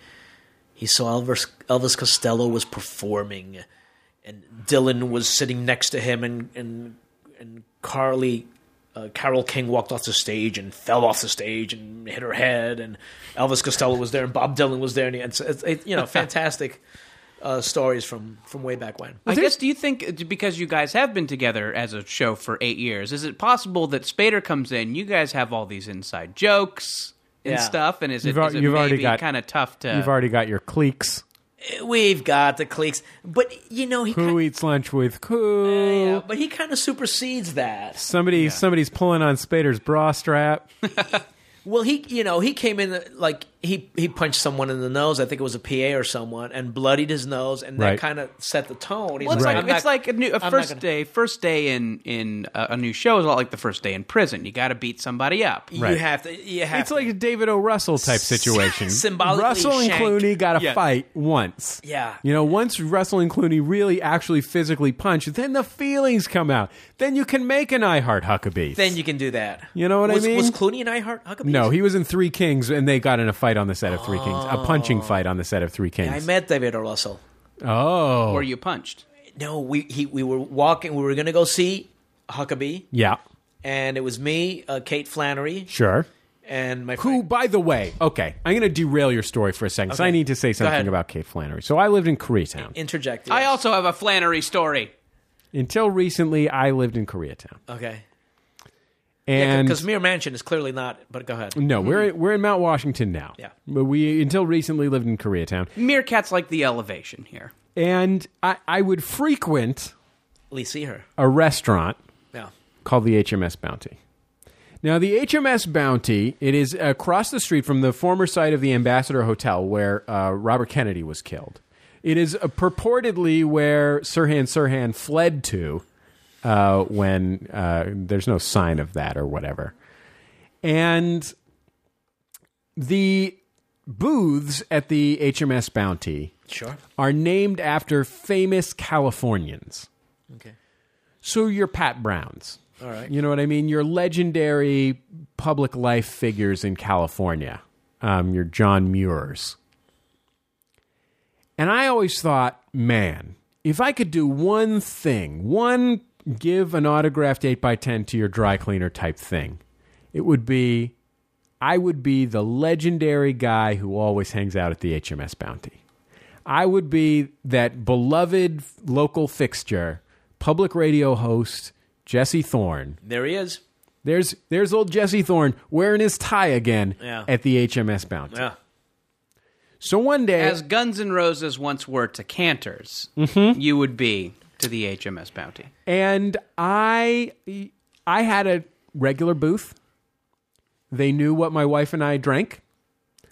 he saw Elvis Elvis Costello was performing, and Dylan was sitting next to him, and and and Carly. Uh, Carol King walked off the stage and fell off the stage and hit her head, and Elvis Costello was there, and Bob Dylan was there, and it's, it's it, you know fantastic uh, stories from from way back when. I guess. Do you think because you guys have been together as a show for eight years, is it possible that Spader comes in? You guys have all these inside jokes and Yeah. stuff, and is it, You've al- is it you've already maybe got- kind of tough to? You've already got your cliques. We've got the cliques, but you know he. Who ki- eats lunch with who? yeah, but he kind of supersedes that. Somebody, somebody's pulling on Spader's bra strap. Well, he, you know, he came in like he he punched someone in the nose. I think it was a PA or someone, and bloodied his nose, and Right. that kind of set the tone. He's Well, it's Right. like I'm it's not- like a, new, a not first gonna- day. First day in in a, a new show is a lot like the first day in prison. You got to beat somebody up. Right. you have to. You have It's to. like a David O. Russell type situation. Symbolically Russell and shanked. Clooney got to Yeah. fight once. Yeah. You know, once Russell and Clooney really actually physically punch, then the feelings come out. Then you can make an I Heart Huckabee. then you can do that. You know what I was, Was mean? Clooney and I heart Huckabee? no, he was in Three Kings, and they got in a fight on the set of Three Kings, a punching fight on the set of Three Kings. Oh. I met David O. Russell. oh, Or you punched. No, we he we were walking. We were going to go see Huckabee, yeah, and it was me, uh, Kate Flannery, sure. and my Who, friend. by the way, okay, I'm going to derail your story for a second because I need to say something ahead. about Kate Flannery. So I lived in Koreatown. interjected. I also have a Flannery story. Until recently, I lived in Koreatown. okay. And because Mere Mansion is clearly not. But go ahead. no, we're, we're in Mount Washington now. Yeah. But we, until recently, lived in Koreatown. Meerkat's like the elevation here. And I, I would frequent Lee, see her. a restaurant No. called the HMS Bounty. Now, the HMS Bounty, it is across the street from the former site of the Ambassador Hotel where uh, Robert Kennedy was killed. It is uh, purportedly where Sirhan Sirhan fled to uh, when uh, there's no sign of that or whatever. And the booths at the HMS Bounty Sure. are named after famous Californians. Okay. So you're Pat Browns. All right. You know what I mean? Your legendary public life figures in California. Um, your John Muirs. And I always thought, man, if I could do one thing, one give an autographed 8x10 to your dry cleaner type thing, it would be I would be the legendary guy who always hangs out at the HMS Bounty. I would be that beloved local fixture, public radio host, Jesse Thorne. There he is. There's there's old Jesse Thorne wearing his tie again Yeah. at the HMS Bounty. Yeah. So one day As Guns N' Roses once were to Cantors, mm-hmm. you would be to the HMS Bounty. and I I had a regular booth. They knew what my wife and I drank.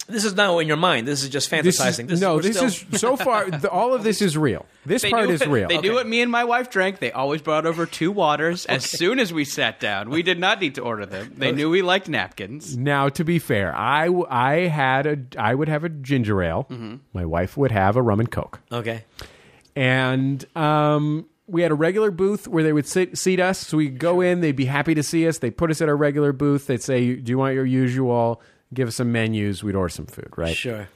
This is not in your mind. This is just fantasizing. This is, This is, no, we're this still- is so far. The, all of this is real. This They part knew is it- real. They Okay. knew what me and my wife drank. They always brought over two waters as soon as we sat down. We did not need to order them. They knew we liked napkins. Now, to be fair, I, w- I had a I would have a ginger ale. Mm-hmm. My wife would have a rum and coke, okay. and um, we had a regular booth where they would sit, seat us. So we go in, they'd be happy to see us. They put us at our regular booth. They'd say, "Do you want your usual?" Give us some menus. We'd order some food, right? Sure.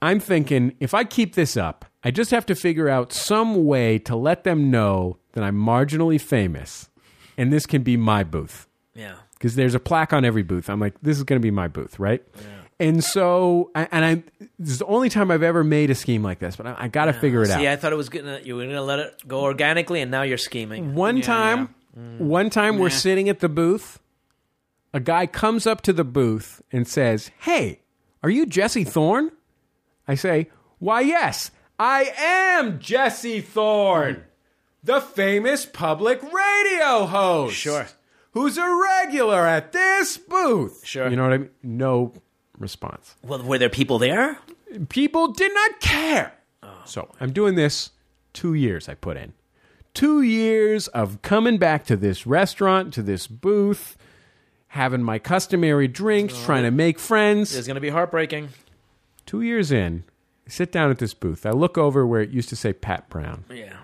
I'm thinking if I keep this up, I just have to figure out some way to let them know that I'm marginally famous, and this can be my booth Yeah. because there's a plaque on every booth. I'm like, this is going to be my booth, right? And so, I- and I this is the only time I've ever made a scheme like this, but I, I got to figure it out. See, I thought it was gonna you were gonna let it go organically, and now you're scheming. One time, Mm. one time we're sitting at the booth. A guy comes up to the booth and says, "Hey, are you Jesse Thorne?" I say, "Why, yes, I am Jesse Thorne, the famous public radio host." Sure. Who's a regular at this booth? Sure. You know what I mean? No response. Well, were there people there? People did not care. Oh So I'm doing this two years I put in. Two years of coming back to this restaurant, to this booth, having my customary drinks, Oh. trying to make friends. It's gonna be heartbreaking. Two years in, I sit down at this booth. I look over where it used to say Pat Brown. Yeah.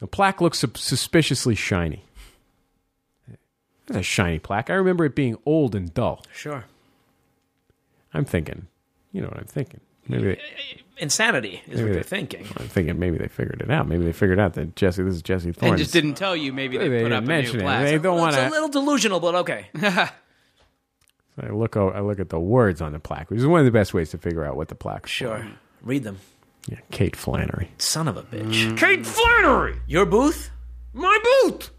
The plaque looks sus- suspiciously shiny. That's a shiny plaque. I remember it being old and dull. Sure. I'm thinking, you know what I'm thinking. Maybe they, Insanity is what Maybe they're they- thinking. I'm thinking maybe they figured it out. Maybe they figured out that Jesse, this is Jesse Thorne. And just didn't tell you. Maybe they, They put didn't up a mention new it. plaque. They don't want It's a to. little delusional, but okay. I look. o- I look at the words on the plaque, which is one of the best ways to figure out what the plaque. Sure. Read them. Yeah, Kate Flannery. Son of a bitch. Kate Flannery, Your booth? my booth.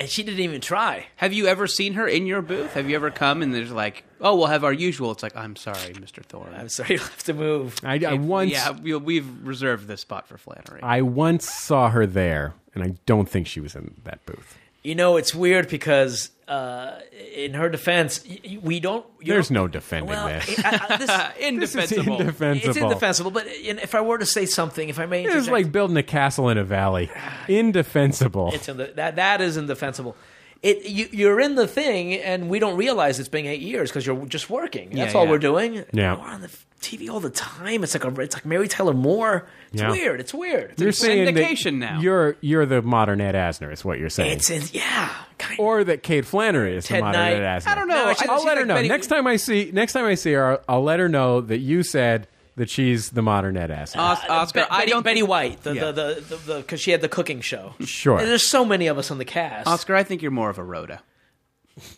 And she didn't even try. Have you ever seen her in your booth? Have you ever come and there's like, oh, we'll have our usual. It's like, I'm sorry, Mr. Thorne. I'm sorry, you'll have to move. I, I once. Yeah, we, we've reserved this spot for Flannery. I once saw her there, and I don't think she was in that booth. You know, it's weird because uh, in her defense, y- y- we don't. You There's don't- no defending Well, this. I- I- this- This is Indefensible. indefensible. It's indefensible, but in- if I were to say something, if I may, It is interject- like building a castle in a valley. Indefensible. it's in the, that that is indefensible. It you, you're in the thing, and we don't realize it's been eight years because you're just working. That's Yeah, all yeah. we're doing. Yeah. we're on the f- TV all the time. It's like a, it's like Mary Tyler Moore. It's Yeah. weird. It's weird. you're saying that syndication now. you're you're the modern Ed Asner is what you're saying, It's in, yeah, kind or that Kate Flannery is the Ted modern Knight. Ed Asner. I don't know. No, it's just- I'll She's let her like know Betty- next time I see next time I see her. I'll, I'll let her know that you said that she's the modern Ed Asner. Oh, Os- Oscar, Uh, Betty, I don't Betty think- White, the Yeah. the the because the, because she had the cooking show. Sure. And there's so many of us on the cast. Oscar, I think you're more of a Rhoda.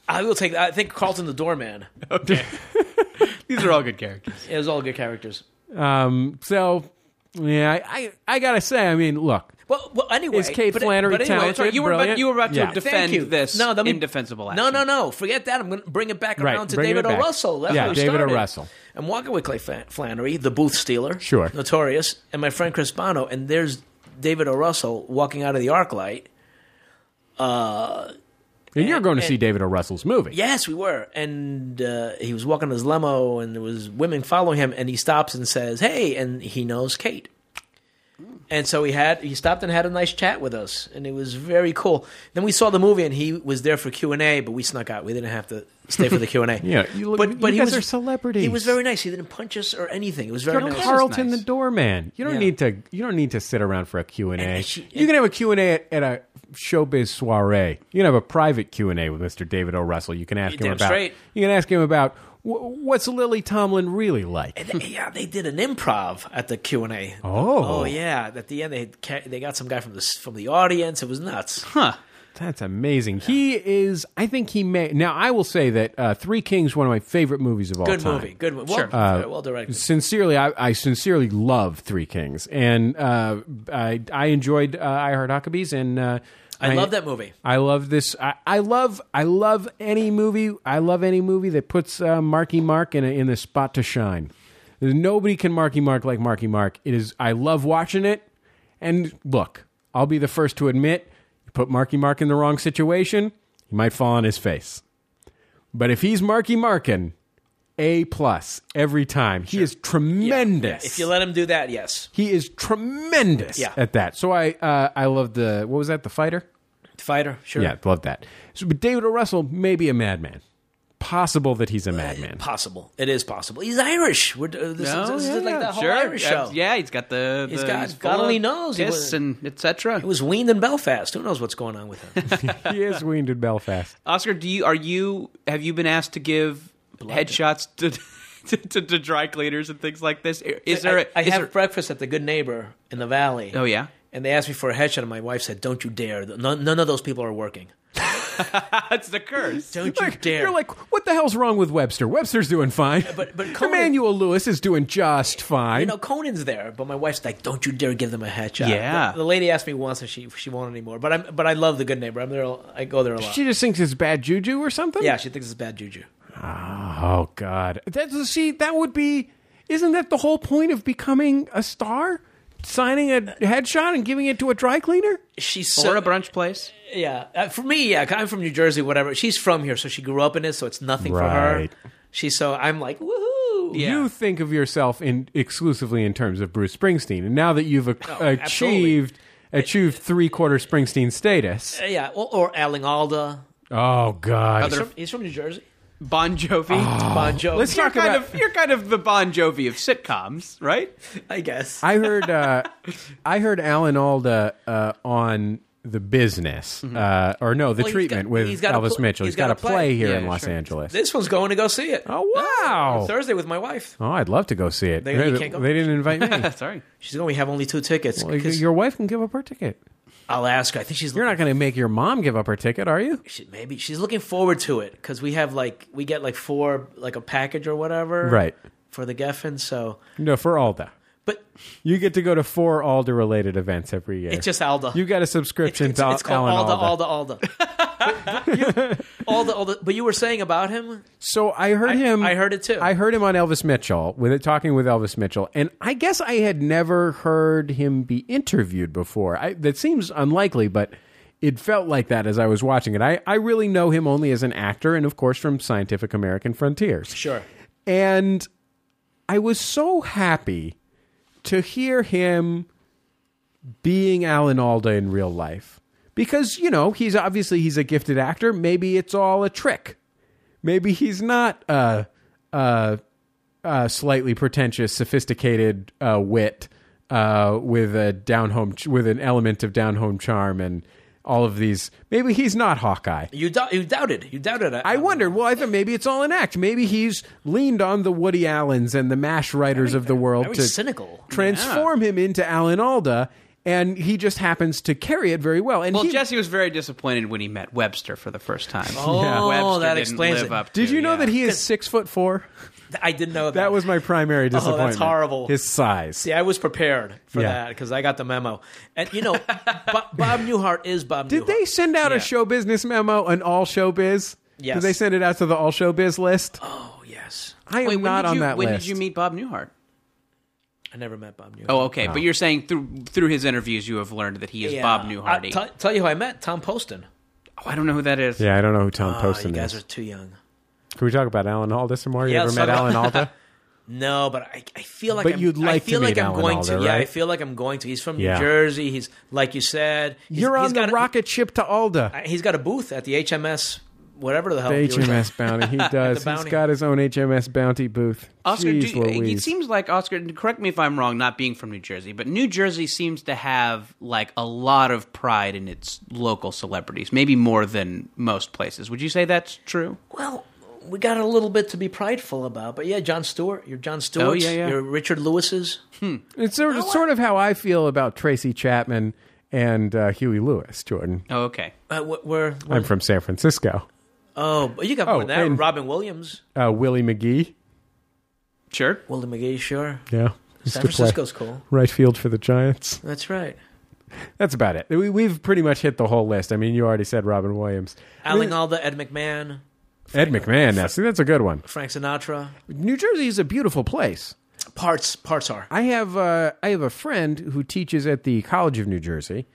I will take. I think Carlton the doorman. These are all good characters. It was all good characters. um, so yeah, I, I I gotta say, I mean, look, Well, well anyway, Is Kate but- Flannery but anyway, talented? sorry, You were about, Brilliant. you were about Yeah. to defend this let me- indefensible action. No, no, no. Forget that. I'm going to bring it back Right, around to bring it David O. back. Russell. That's Yeah, where we David O. started. Russell. I'm walking with Clay Flan- Flannery, the booth stealer. Sure. Notorious. And my friend Chris Bono. And there's David O. Russell walking out of the arc light. and you're going to and- see David O. Russell's movie. Yes, we were. And uh, he was walking his limo, and there was women following him. And he stops and says, "Hey!" And he knows Kate. And so he had he stopped and had a nice chat with us, and it was very cool. Then we saw the movie, and he was there for Q and A, but we snuck out. We didn't have to stay for the Q and A. Yeah, you look- you guys are celebrities. He was very nice. He didn't punch us or anything. It was very You're nice. Carlton nice. the doorman. You don't Yeah. need to. You don't need to sit around for a Q and A. And she- You can have a Q and A at, at a showbiz soiree. You can have a private Q and A with Mr. David O. Russell. You can ask You're him about. damn straight. You can ask him about "Wh- what's Lily Tomlin really like. And they- yeah, they did an improv at the Q and A. Oh. yeah. At the end, they had, ca- they got some guy from the s- from the audience. It was nuts. That's amazing. He is. I think he may. Now, I will say that uh, Three Kings, one of my favorite movies of all Good time. Uh, movie. Good movie. Well, well directed. Sincerely, I, I sincerely love Three Kings, and uh, I, I enjoyed uh, I Heart Huckabees, and uh, I love that movie. I love this. I, I love I love any movie. I love any movie that puts uh, Marky Mark in a, in a spot to shine. There's nobody can Marky Mark like Marky Mark. It is. I love watching it. And look, I'll be the first to admit, you put Marky Mark in the wrong situation, he might fall on his face. But if he's Marky Markin, A plus every time. He is tremendous. If you let him do that, yes. he is tremendous Yeah. at that. So I uh, I love the what was that the fighter? Fighter, sure. Yeah, love that. So, but David O. Russell may be a madman. Possible that he's a madman. Possible. It is possible. He's Irish. We're, uh, this, No, this yeah, is like that whole sure. Irish Yeah, show. Yeah, he's got the. He's the- got- full God only of knows he piss was- and etc. He was weaned in Belfast. Who knows what's going on with him? he is weaned in Belfast. Oscar, do you are you have you been asked to give headshots to, to, to to dry cleaners and things like this? Is there? I, I is had there- breakfast at the Good Neighbor in the Valley. oh yeah. And they asked me for a headshot, and my wife said, "Don't you dare! None, none of those people are working. That's the curse. Don't you Like, dare!" You're like, what the hell's wrong with Webster? Webster's doing fine. but- but Conan- Emmanuel Lewis is doing just fine. you know, Conan's there, but my wife's like, "Don't you dare give them a headshot." Yeah. The, the lady asked me once, and she she won't anymore. But I'm but I love the Good Neighbor. I'm there. a- I go there a lot. she just thinks it's bad juju or something. yeah, she thinks it's bad juju. Oh God. That's see. That would be. Isn't that the whole point of becoming a star? Signing a headshot and giving it to a dry cleaner. She's Or so a brunch place. yeah. Uh, for me, yeah, I'm from New Jersey, whatever. She's from here, so she grew up in it, so it's nothing Right. for her. She's so I'm like, woohoo! Yeah. you think of yourself in exclusively in terms of Bruce Springsteen, and now that you've ac- Oh, achieved achieved three quarter Springsteen status, Uh, yeah. Or, or Alan Alda. oh god, He's from, he's from New Jersey. Bon Jovi. Bon Jovi. Let's Ah. you're talk kind about- of you're kind of the Bon Jovi of sitcoms, right? I guess. I heard uh, I heard Alan Alda uh, on the business, uh, or no, the Mm-hmm. Well, he's treatment got- with he's got a Elvis pl- Mitchell. he's he's got, got a a play. play, here Yeah, in Los sure. Angeles. this one's going to go see it. Oh wow! Thursday with my wife. Oh, I'd love to go see it. They- They, you can't go? they didn't invite me. Sorry. She's going. We have only two tickets. Well, 'cause- your wife can give up her ticket. I'll ask her. I think she's. You're not going to make your mom give up her ticket, are you? she, maybe she's looking forward to it because we have like we get like four like a package or whatever Right. for the Geffen. So, No, for Alda. but You get to go to four Alda related events every year. it's just Alda. you got a subscription it's, to it's called Alan Alda, Alda. Alda, Alda, But- but you- Alda, Alda. But you were saying about him. So I heard I- him. I heard it too. I heard him on Elvis Mitchell with it talking with Elvis Mitchell, and I guess I had never heard him be interviewed before. I, that seems unlikely, but it felt like that as I was watching it. I, I really know him only as an actor, and of course from Scientific American Frontiers. Sure. And I was so happy to hear him being Alan Alda in real life. Because, you know, he's obviously he's a gifted actor. Maybe it's all a trick. Maybe he's not a, a, a slightly pretentious, sophisticated uh, wit uh, with a down home ch- with an element of down home charm and all of these. Maybe he's not Hawkeye. You doubt. You doubted. You doubted. it. I wondered. Well, I thought maybe it's all an act. Maybe he's leaned on the Woody Allens and the Mash writers of the world very to cynical. transform him into Alan Alda, and he just happens to carry it very well. And Well, he, Jesse was very disappointed when he met Webster for the first time. Oh, Webster that didn't explains live it. Up did to- you know yeah. that he is six foot four? I didn't know that. That was my primary disappointment. Oh, horrible. His size. See, I was prepared for Yeah. that because I got the memo. And you know, Bo- Bob Newhart is Bob. Did Newhart. they send out Yeah. a show business memo, an all showbiz? Yes. Did they send it out to the all showbiz list? Oh yes. I am Wait, when not did on you, that When list. did you meet Bob Newhart? I never met Bob Newhart. Oh, okay. But you're saying through through his interviews, you have learned that he is Yeah. Bob Newharty. I'll t- tell you who I met. Tom Poston. oh, I don't know who that is. yeah, I don't know who Tom Oh, you Poston guys is. are too young. Can we talk about Alan Alda some more? You Yeah, ever let's met talk Alan about- Alda? No, but I, I feel like But I'm, you'd I like to feel like meet I'm Alan going to. Alder, Yeah, I right? feel like I'm going to. He's from New Yeah. Jersey. He's like you said. He's, You're he's on the got a- rocket ship to Alda. I- He's got a booth at the HMS, whatever the hell. The you were- HMS bounty. He does. He's bounty. got his own HMS bounty booth. Oscar, Jeez do, Louise. it seems like Oscar. and Correct me if I'm wrong. Not being from New Jersey, but New Jersey seems to have like a lot of pride in its local celebrities, maybe more than most places. Would you say that's true? Well, we got a little bit to be prideful about, but yeah, John Stewart. You're John Stewart. Oh, yeah, yeah. You're Richard Lewis's. it's sort of, sort of how I feel about Tracy Chapman and uh, Huey Lewis, Jordan. Oh, okay. Uh, wh- where? where- I'm from San Francisco. oh, but you got more Oh, than that. and- Robin Williams, Uh, Willie McGee. Sure. Willie McGee. Sure. Yeah. Used San to play Francisco's cool. Right field for the Giants. That's right. That's about it. We, we've pretty much hit the whole list. I mean, you already said Robin Williams. I Alan mean, Alda, Ed McMahon, Ed McMahon. Now, see, that's a good one. Frank Sinatra. New Jersey is a beautiful place. Parts parts are. I have uh, I have a friend who teaches at the College of New Jersey,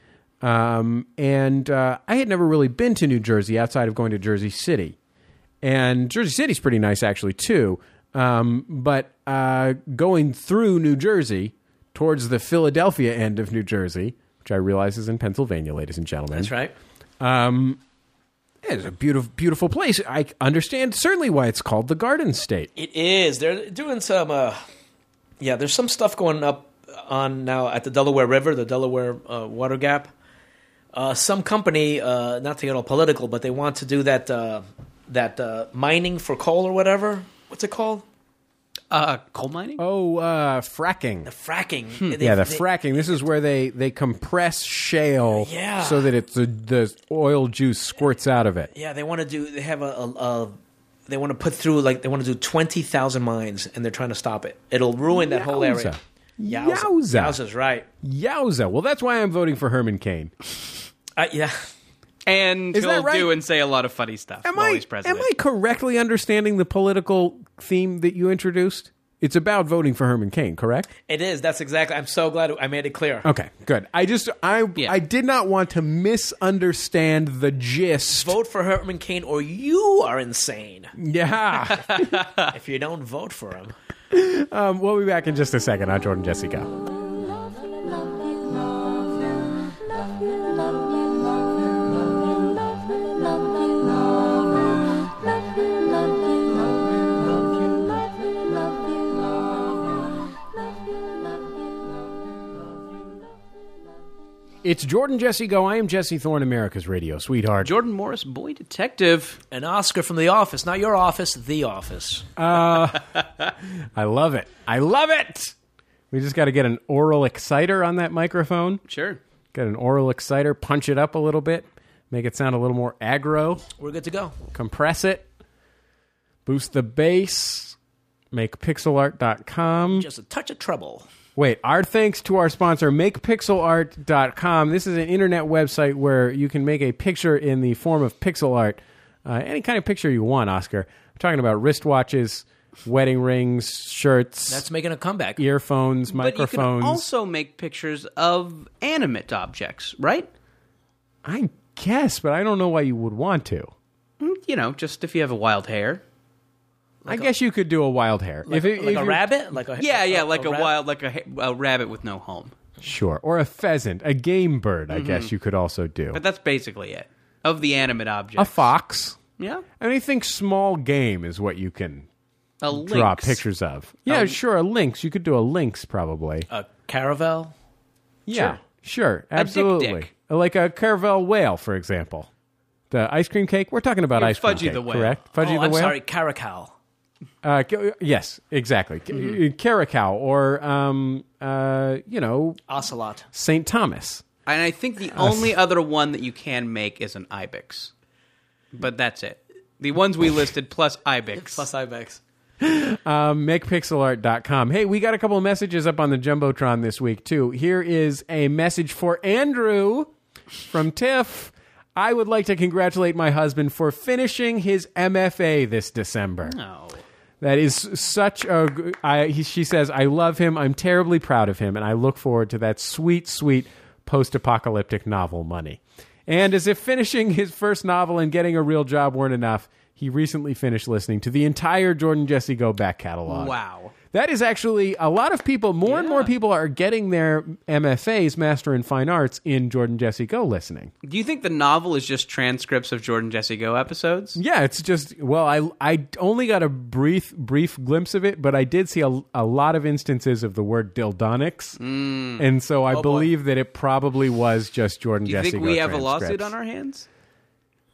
um, and uh, I had never really been to New Jersey outside of going to Jersey City, and Jersey City's pretty nice actually too. Um, but uh, going through New Jersey towards the Philadelphia end of New Jersey, which I realize is in Pennsylvania, ladies and gentlemen. That's right. It's a beautiful, beautiful place. I understand certainly why it's called the Garden State. It is. They're doing some. Uh, yeah, there's some stuff going up on now at the Delaware River, the Delaware uh, Water Gap. Uh, some company, uh, not to get all political, but they want to do that uh, that uh, mining for coal or whatever. What's it called? Uh, coal mining? Oh, uh, fracking. Fracking. They- Yeah, the they- fracking. This is where they, they compress shale Yeah. so that it's the, the oil juice squirts out of it. Yeah, they want to do. They have a. a, a they want to put through like they want to do twenty thousand mines, and they're trying to stop it. It'll ruin that whole area. Yowza. Yowza. Yowza. Yowza's right. Yowza. Well, that's why I'm voting for Herman Cain. Uh, yeah, And Is that he'll right? do and say a lot of funny stuff Am while I, he's am president. I correctly understanding the political theme that you introduced? It's about voting for Herman Cain, correct? it is. That's exactly. I'm so glad I made it clear. Okay, good. I just I Yeah. I did not want to misunderstand the gist. vote for Herman Cain or you are insane Yeah. if you don't vote for him. um, we'll be back in just a second on Jordan Jessica. It's Jordan Jesse Go. I am Jesse Thorne, America's radio sweetheart. Jordan Morris, boy detective. An Oscar from The Office, not your office, The Office. I love it. I love it. We just got to get an oral exciter on that microphone. Sure. Get an oral exciter, punch it up a little bit, make it sound a little more aggro, We're good to go. compress it, boost the bass, make pixelart.com. Just a touch of trouble. Wait, our thanks to our sponsor, MakePixelArt.com. This is an internet website where you can make a picture in the form of pixel art, uh, any kind of picture you want, Oscar. I'm talking about wristwatches, wedding rings, shirts, That's making a comeback. earphones, But you can microphones. also make pictures of animate objects, right? I guess, but I don't know why you would want to. You know, just if you have a wild hair. I guess you could do a wild hair. if it, like if a you- rabbit? Like a Yeah, yeah, like a, rab- wild, like a, ha- a rabbit with no home. Sure. Or a pheasant, a game bird, I guess you could also do. But that's basically it of the animate objects. A fox. yeah, Anything small game is what you can a lynx. draw pictures of. Yeah, sure. A lynx. You could do a lynx, probably. A caravel? yeah, sure. Absolutely. dick. Like a Caravel whale, for example. The ice cream cake. We're talking about Or ice cream Fudgy cake, the Whale. correct? Fudgy oh, the I'm whale. sorry, caracal. Uh, ca- yes, exactly. Ca- Caracal or um, uh, you know Ocelot. Saint Thomas. And I think the only other one that you can make is an ibex. But that's it. The ones we listed plus ibex. Plus Ibex. MakePixelArt.com. Hey, we got a couple of messages up on the Jumbotron this week, too. Here is a message for Andrew from Tiff. I would like to congratulate my husband for finishing his MFA this December. Oh. That is such a. g- I, he, she says, I love him. I'm terribly proud of him. And I look forward to that sweet, sweet post apocalyptic novel money. And as if finishing his first novel and getting a real job weren't enough, he recently finished listening to the entire Jordan Jesse Go back catalog. Wow. That is actually a lot of people, more and more people are getting their MFAs, Master in Fine Arts, in Jordan Jesse Go listening. Do you think the novel is just transcripts of Jordan Jesse Go episodes? Yeah, it's just well, I I only got a brief brief glimpse of it, but I did see a, a lot of instances of the word dildonics, and so I believe that it probably was just Jordan. Hmm. Oh, Do you Jesse think Go we have a transcripts. lawsuit on our hands?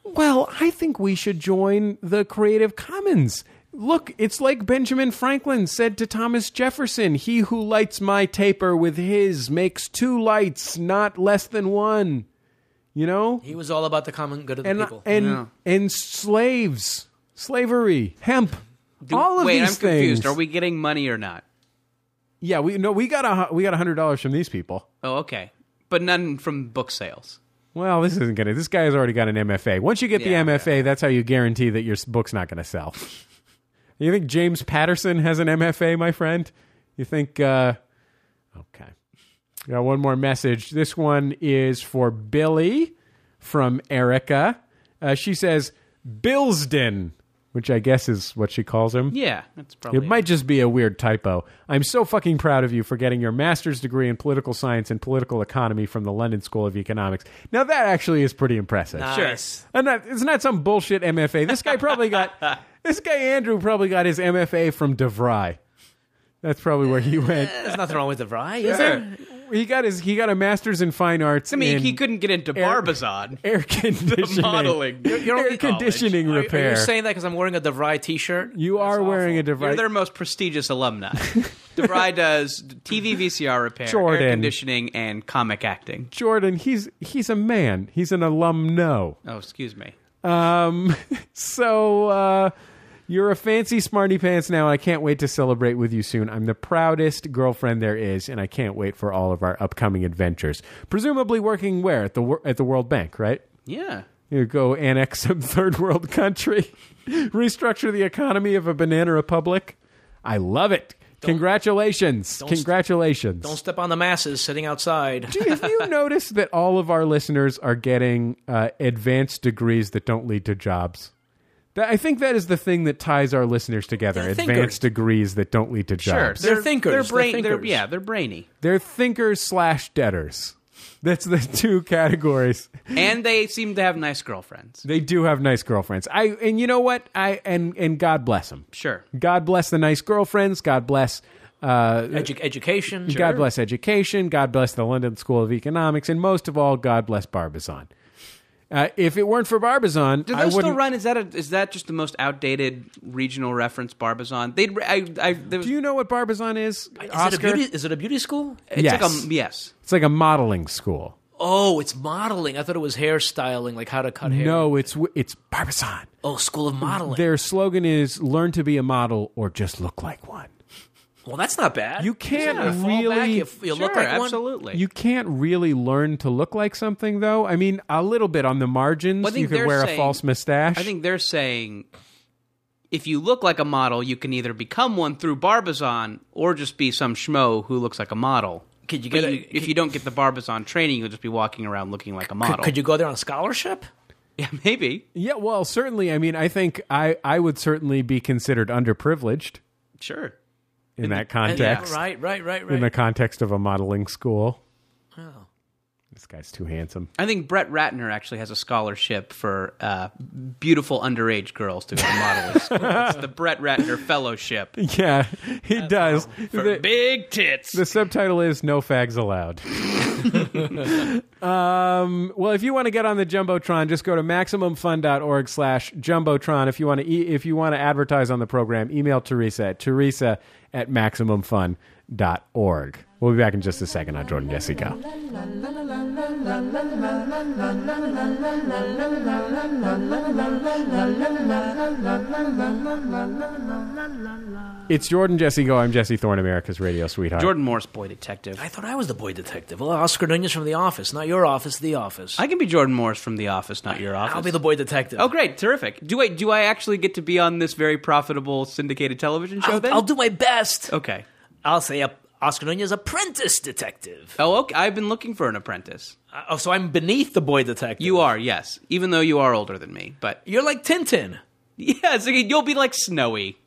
Well, I think we should join the Creative Commons. Look, it's like Benjamin Franklin said to Thomas Jefferson He who lights my taper with his makes two lights, not less than one. You know? He was all about the common good of the And, people. and, Yeah. and slaves, slavery, hemp. all of Wait, these I'm confused. things. Are we getting money or not? Yeah, we no, we got a hu- we got a hundred dollars from these people. Oh, okay. But none from book sales. Well, this isn't gonna. This guy has already got an MFA. Once you get Yeah, the MFA, that's how you guarantee that your s- book's not gonna sell. you think James Patterson has an MFA, my friend? You think? uh Okay, got one more message. This one is for Billy from Erica. Uh, she says, "Bilsden, which I guess is what she calls him. Yeah, that's probably It might just be a weird typo. I'm so fucking proud of you for getting your master's degree in political science and political economy from the London School of Economics. Now that actually is pretty impressive. Nice. And that, it's not some bullshit MFA. This guy probably got this guy Andrew probably got his MFA from DeVry. That's probably where he went. There's nothing wrong with the Vry, is there? Sure. He got his he got a master's in fine arts. I mean, in he couldn't get into Air- Barbizon. air conditioning modeling. You're- you're air only college. conditioning Are- repair. Are you saying that because I'm wearing a DeVry T-shirt? You are wearing a You're device. their most prestigious alumni. DeVry does TV VCR repair, Jordan. air conditioning, and comic acting. Jordan, he's he's a man. He's an alumno. Oh, excuse me. Um, so uh, you're a fancy smarty pants now, and I can't wait to celebrate with you soon. I'm the proudest girlfriend there is, and I can't wait for all of our upcoming adventures. Presumably working where at the wor- at the World Bank, right? Yeah. You go annex some third world country, restructure the economy of a banana republic. I love it. Congratulations! st- Congratulations! Don't step on the masses sitting outside. Have you noticed that all of our listeners are getting uh, advanced degrees that don't lead to jobs? That, I think that is the thing that ties our listeners together: They're thinkers. advanced degrees that don't lead to Sure. jobs. They're thinkers. They're They're brain. They're thinkers. yeah. They're brainy, They're thinkers slash debtors. That's the two categories. and they seem to have nice girlfriends. They do have nice girlfriends. I and you know what? I and and God bless them. Sure. God bless the nice girlfriends. God bless. Uh, Edu- education. God bless education. God bless the London School of Economics, and most of all, God bless Barbizon. Uh, if it weren't for Barbizon, Do I those wouldn't. still run? Is that a, is that just the most outdated regional reference Barbizon? They'd I, I there was, do you know what Barbizon is, Is it, a Oscar? beauty, is it a beauty school? it's yes. like a, yes. it's like a modeling school. Oh, it's modeling. I thought it was hairstyling, like how to cut hair. No, it's it's Barbizon. Oh, school of modeling. Their slogan is "Learn to be a model or just look like one." well, that's not bad. You can't Isn't it a fallback really- if you look Sure, like one? absolutely. You can't really learn to look like something, though. I mean, a little bit on the margins. Well, I think you could they're wear a saying- false mustache. I think they're saying if you look like a model, you can either become one through Barbizon or just be some schmo who looks like a model. Could you But get a- if you don't get the Barbizon training, you'll just be walking around looking like a model. Could you go there on scholarship? Yeah, maybe. Yeah, well, certainly. I mean, I think I I would certainly be considered underprivileged Sure. in that context. Yeah, right, right, right, in the right. context of a modeling school. Oh. This guy's too handsome. I think Brett Ratner actually has a scholarship for uh, beautiful underage girls to go to modeling school. It's the Brett Ratner Fellowship Yeah, he does. for The, big tits. the subtitle is "No Fags Allowed." um, well, if you want to get on the jumbotron, just go to maximumfun.org slash jumbotron. If you want to, e- if you want to advertise on the program, email Teresa at teresa at maximumfun.org. We'll be back in just a second on Jordan Jesse Go. It's Jordan Jesse Go. I'm Jesse Thorne, America's radio sweetheart. Jordan Morris, boy detective. I thought I was the boy detective. Well, Oscar Nunez from The Office, not your office, The Office. I can be Jordan Morris from The Office, not your office. I'll be the boy detective. Oh, great! Terrific. Do wait? Do I actually get to be on this very profitable syndicated television show? I'll, then I'll do my best. Okay. I'll say a, Oscar Nunez apprentice detective. Oh, okay. I've been looking for an apprentice. Oh, so I'm beneath the boy detective. Uh, You are, yes. Even though you are older than me, but You're like Tintin. yeah, it's like- you'll be like Snowy.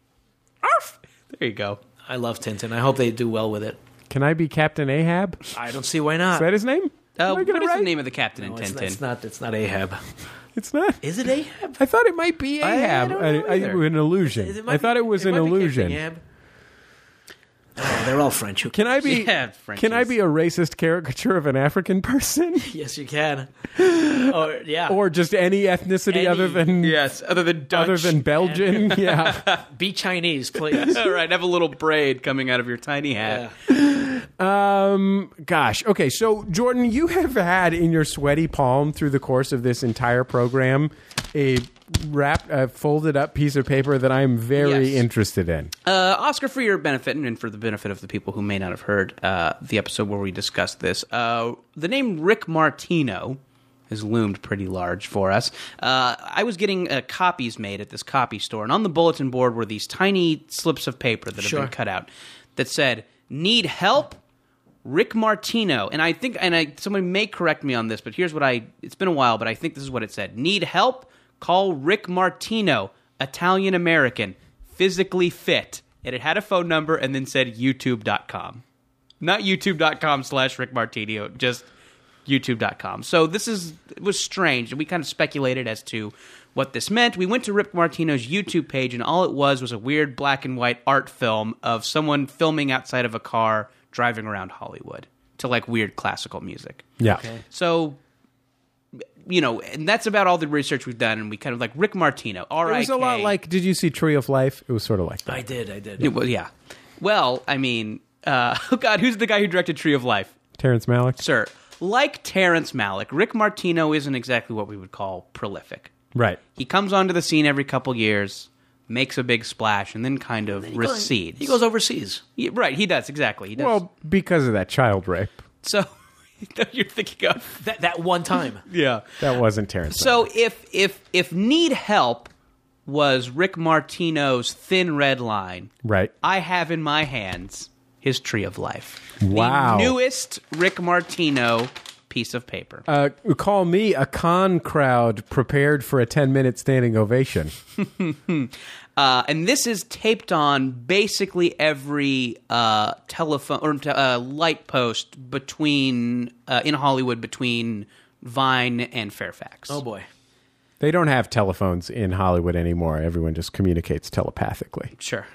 Arf! There you go. I love Tintin. I hope they do well with it. Can I be Captain Ahab? Is I don't see why not. that his name? Uh, Am I what getting it is right? the name of the captain No, in it's, Tintin? not, it's not. It's not Ahab. It's not. Is it Ahab? I thought it might be I Ahab. don't know I- I- either. an illusion. It might I thought be- it was an might be Captain illusion. Ahab. Oh, they're all French. Who Can I be? Yeah, can I Frenchies. be a racist caricature of an African person, Yes, you can. Or yeah, or just any ethnicity Any- other than yes, other than Dutch. other than Belgian? yeah. be Chinese, please. All right, have a little braid coming out of your tiny hat. Um, gosh. Okay. So, Jordan, you have had in your sweaty palm through the course of this entire program a wrapped, a folded up piece of paper that I am very Yes. interested in. Uh, Oscar, for your benefit and for the benefit of the people who may not have heard uh, the episode where we discussed this, uh, the name Rick Martino has loomed pretty large for us. Uh, I was getting uh, copies made at this copy store, and on the bulletin board were these tiny slips of paper that have Sure. been cut out that said, Need help? Rick Martino, and I think, and I somebody may correct me on this, but here's what I. It's been a while, but I think this is what it said. Need help? Call Rick Martino. Italian American, physically fit, and it had a phone number and then said youtube.com. Not youtube.com slash Rick Martino, just youtube.com. So this is it was strange, and we kind of speculated as to what this meant. We went to Rick Martino's YouTube page, and all it was was a weird black and white art film of someone filming outside of a car driving around Hollywood to like weird classical music. Yeah. So, you know, and that's about all the research we've done, and we kind of like Rick Martino. All It right, was a lot like, did you see Tree of Life? It was sort of like that. I did. I did. well, yeah. Well, I mean, uh, oh God, who's the guy who directed Tree of Life? Terrence Malick. Sir, like Terrence Malick, Rick Martino isn't exactly what we would call prolific. Right. He comes onto the scene every couple years, makes a big splash, and then kind of He goes- recedes. He goes overseas. Yeah, right, he does exactly. He does. Well, because of that child rape. so you're thinking of That that one time. yeah. That wasn't Terrence. So if if if need help was Rick Martino's thin red line, Right. I have in my hands his tree of life. Wow. The newest Rick Martino piece of paper. uh, call me a con crowd prepared for a 10 minute standing ovation. Uh, and this is taped on basically every uh, telephone or uh, light post between uh, in Hollywood between Vine and Fairfax. Oh boy. They don't have telephones in Hollywood anymore. Everyone just communicates telepathically. Sure.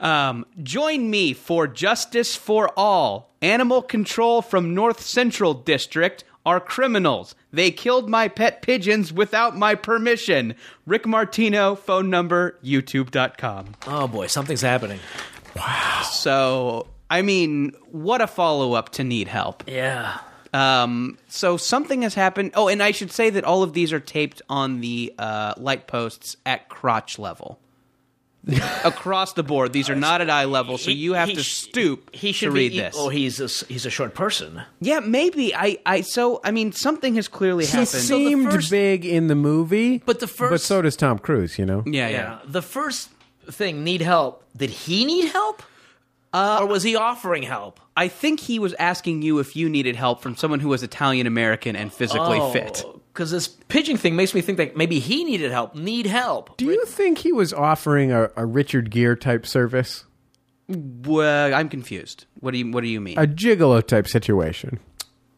Um, join me for Justice for All. Animal control from North Central District are criminals. They killed my pet pigeons without my permission. Rick Martino, phone number, youtube.com. Oh boy. Something's happening. So, I mean, what a follow up to Need Help. Yeah. Um, so something has happened. Oh, and I should say that all of these are taped on the uh, light posts at crotch level. Across the board, these are not at eye level, so He- you have he to sh- stoop He should to be read e- this. Oh, he's a, s- he's a short person. yeah, maybe I, I. So I mean, something has clearly He happened. seemed first- big in the movie, But the but first- so does Tom Cruise. You know, yeah, yeah, The first thing, need help. Did he need help? Uh, or was he offering help? I think he was asking you if you needed help from someone who was Italian American and physically fit. Because Oh, this pigeon thing makes me think that maybe he needed help. Need help. Do you think he was offering a, a Richard Gere type service, Well, I'm confused. What do you What do you mean? a gigolo type situation?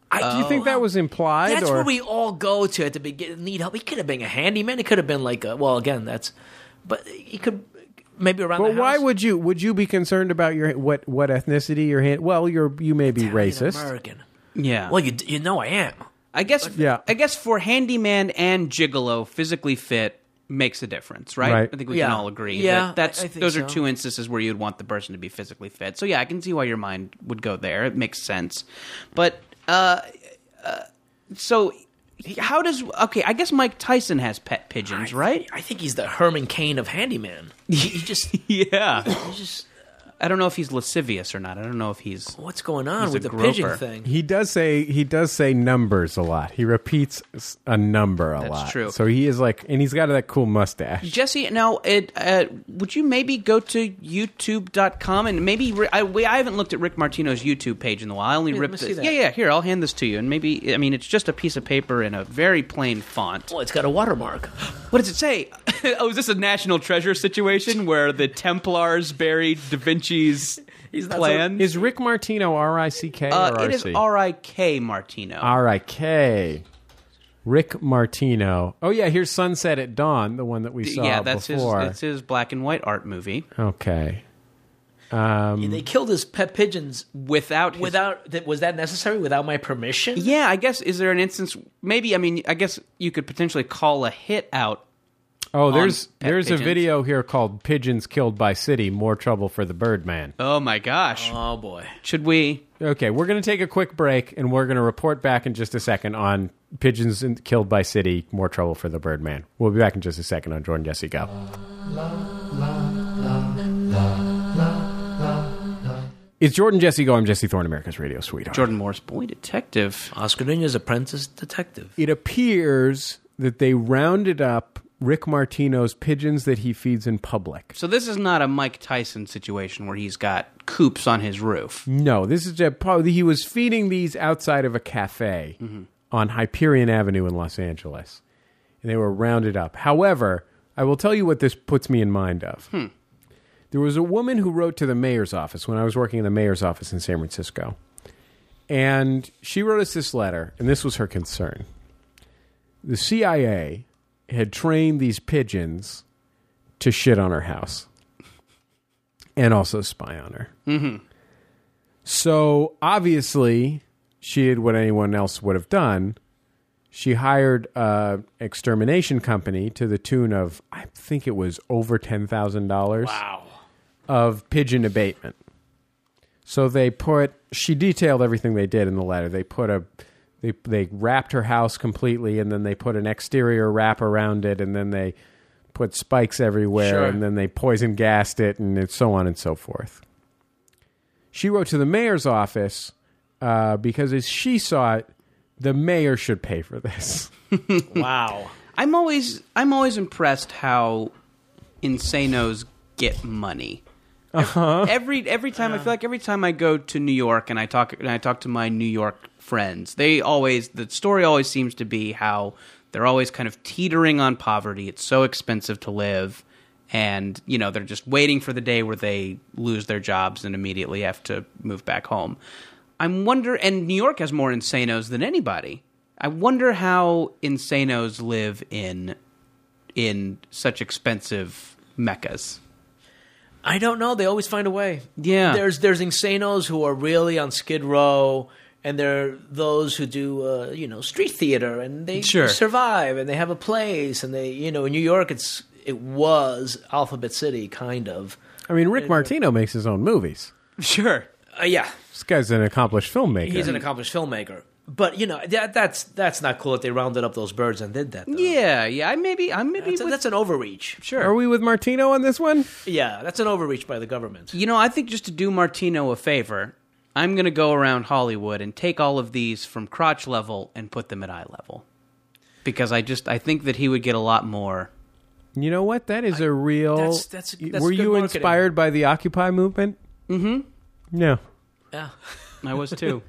I, Do Oh. you think that was implied? That's or where we all go to at the beginning. Need help. He could have been a handyman. It could have been like a, well, again, that's. But he could maybe around. But the why house. would you would you be concerned about your what what ethnicity your hand? Well, you're you may be Being racist. American? yeah. Well, you d- you know I am. I guess Yeah. I guess for handyman and gigolo, physically fit makes a difference, right? Right. I think we Yeah. can all agree. Yeah, that that's I- I think those so. are two instances where you'd want the person to be physically fit. So yeah, I can see why your mind would go there. It makes sense, but uh, uh so how does okay? I guess Mike Tyson has pet pigeons, right? I think he's the Herman Cain of handyman. He, he just he Yeah, just I don't know if he's lascivious or not. I don't know if he's what's going on He's with a the pigeon groper. thing? He does say he does say numbers a lot. He repeats s- a number a That's lot. true. So he is like, and he's got that cool mustache. Jesse, now, it, uh, would you maybe go to youtube.com and maybe re- I, we, I haven't looked at Rick Martino's YouTube page in a while. I only Here, ripped let me see this. that. Yeah, yeah, here, I'll hand this to you. And maybe, I mean, it's just a piece of paper in a very plain font. Well, it's got a watermark. What does it say? oh, is this a national treasure situation where the Templars buried Da Vinci's He's not plan? Is Rick Martino R I C K uh, or it is RC? R.I.K. Martino. R I K. Rick Martino. Oh yeah, here's Sunset at Dawn, the one that we saw yeah, that's his, before. that's his black and white art movie. Okay. They killed his pet pigeons Without his without. That, was that necessary? Without my permission? Yeah, I guess is there an instance? Maybe I mean, I guess you could potentially call a hit out. Oh, there's pet there's a pigeons. video here called "Pigeons Killed by City: More Trouble for the Birdman." Oh my gosh! Oh boy. Should we? Okay, we're going to take a quick break, and we're going to report back in just a second on pigeons in- killed by city. More trouble for the Birdman. We'll be back in just a second on Jordan Jesse Go. It's Jordan Jesse Go. I'm Jesse Thorne, America's radio sweetheart. Jordan Morris, boy detective. Oscar Nunez, apprentice detective. it appears that they rounded up Rick Martino's pigeons that he feeds in public. So this is not a Mike Tyson situation where he's got coops on his roof. No, this is a, probably he was feeding these outside of a cafe on Hyperion Avenue in Los Angeles, and they were rounded up. However, I will tell you what this puts me in mind of. There was a woman who wrote to the mayor's office when I was working in the mayor's office in San Francisco. And she wrote us this letter, and this was her concern. The CIA had trained these pigeons to shit on her house and also spy on her. Mm-hmm. So obviously, she did what anyone else would have done. She hired a extermination company to the tune of, I think it was over ten thousand dollars Wow. of pigeon abatement. So they put she detailed everything they did in the letter. They put a they they wrapped her house completely and then they put an exterior wrap around it and then they put spikes everywhere Sure. and then they poison gassed it and it, so on and so forth. She wrote to the mayor's office uh, because as she saw it, the mayor should pay for this. Wow. I'm always I'm always impressed how insanos get money. Uh-huh. Every every time I feel like every time I go to New York and I talk and I talk to my New York friends, they always the story always seems to be how they're always kind of teetering on poverty. It's so expensive to live and you know they're just waiting for the day where they lose their jobs and immediately have to move back home. I'm wonder and New York has more insanos than anybody. I wonder how insanos live in in such expensive meccas. I don't know. They always find a way. Yeah. There's there's insanos who are really on Skid Row, and there are those who do uh, you know street theater, and they Sure. survive, and they have a place, and they you know in New York it's it was Alphabet City kind of. I mean, Rick Martino makes his own movies. Sure. Uh, yeah, This guy's an accomplished filmmaker. he's an accomplished filmmaker, but you know that that's that's not cool that they rounded up those birds and did that. Though. Yeah, yeah. I maybe I'm maybe That's, a- with- that's an overreach. sure. Are we with Martino on this one? Yeah, that's an overreach by the government. You know, I think just to do Martino a favor, I'm going to go around Hollywood and take all of these from crotch level and put them at eye level. Because I just I think that he would get a lot more. You know what? That is a real. that's- that's- that's were good you marketing. inspired by the Occupy movement? Mm-hmm. No. Yeah. I was too.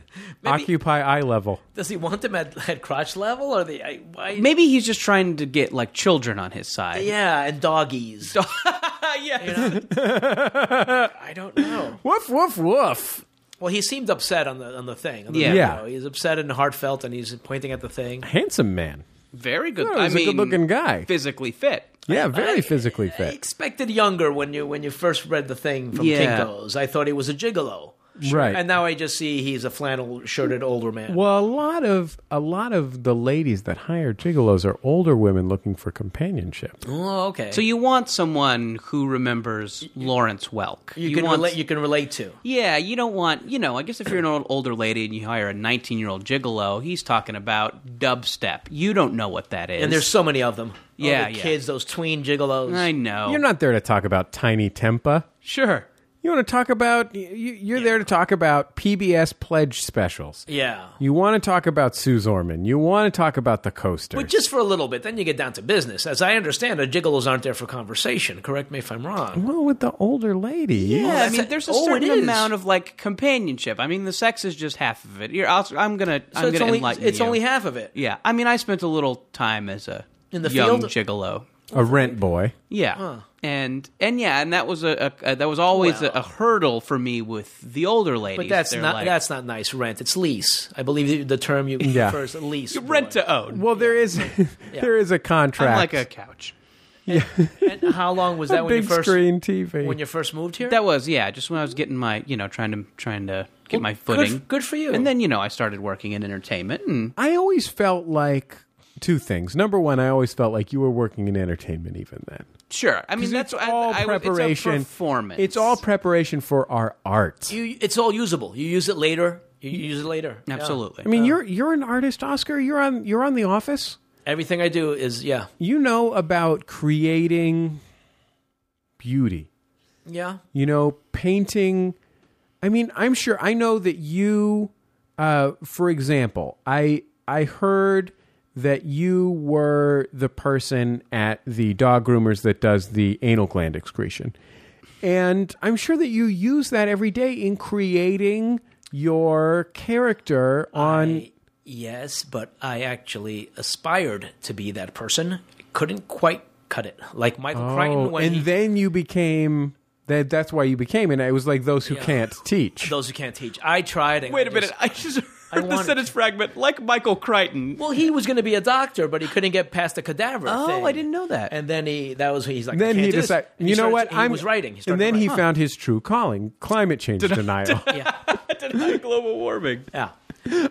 Occupy eye level. Does he want them at, at crotch level or the I, why? maybe he's just trying to get like children on his side. Yeah, and doggies. yeah. I don't know. Woof woof woof. Well, he seemed upset on the on the thing. on the Yeah. video. Yeah. He's upset and heartfelt, and he's pointing at the thing. Handsome man. Very good. Yeah, he's I a mean, good-looking guy. physically fit. Yeah, very I- physically I fit. expected younger when you when you first read the thing from Yeah. Kinko's. I thought he was a gigolo, Right. and now I just see he's a flannel shirted older man. well, a lot of a lot of the ladies that hire gigolos are older women looking for companionship. Oh, okay. So you want someone who remembers Lawrence Welk. you, can want, relate. You can relate to. yeah, you don't want, you know, I guess if you're an old, older lady and you hire a 19 year old gigolo, he's talking about dubstep. You don't know what that is. And there's so many of them. All Yeah, the yeah. kids, those tween gigolos. I know. You're not there to talk about tiny tempa. sure. You want to talk about you, you're there to talk about PBS pledge specials. Yeah, You want to talk about Suze Orman. You want to talk about the coaster. but just for a little bit. Then you get down to business. As I understand, it, gigolos aren't there for conversation. Correct me if I'm wrong. well, with the older ladies. Yeah, I that's mean, a- there's a oh, it certain is. amount of like companionship. I mean, the sex is just half of it. You're, I'll, I'm gonna, I'm So gonna it's only enlighten it's you. only half of it. Yeah, I mean, I spent a little time as a In the young field? gigolo. a rent boy. Yeah, and and yeah, and that was a, a, a that was always a, a hurdle for me with the older ladies. But that's They're not like, that's not nice rent. It's lease. I believe the- the term you Yeah. prefer is lease. rent to own. Well, there is there is a I'm contract. like a couch. And how long was that when you big first screen TV. when you first moved here? That was yeah, just when I was getting my you know trying to trying to get my footing. Good, good for you. And then you know I started working in entertainment, and I always felt like two things. Number one, I always felt like you were working in entertainment even then. sure, I mean 'Cause that's it's I- all I, was- preparation. It's a performance. It's all preparation for our art. you, it's all usable. You use it later. You use it later. Yeah. absolutely. I mean, you're you're an artist, Oscar. You're on you're on The Office. Everything I do is yeah, You know about creating beauty. yeah. you know, painting. I mean, I'm sure I know that you, uh, for example, I I heard that you were the person at the dog groomers that does the anal gland excretion, and I'm sure that you use that every day in creating your character on. Yes, but I actually aspired to be that person. Couldn't quite cut it. Like Michael Crichton Oh, when and he, then you became that. That's why you became it. It was like those who can't teach. those who can't teach. I tried. And Wait I a minute. just- I just I heard the wanted- sentence fragment like Michael Crichton. well, he was going to be a doctor, but he couldn't get past the cadaver. Oh, thing. I didn't know that. And then he that was he's like. I then can't he do this. decided. And he You know started- what? He I'm was writing. He and started then he writing. found his true calling: climate change denial. Deny global warming. Yeah.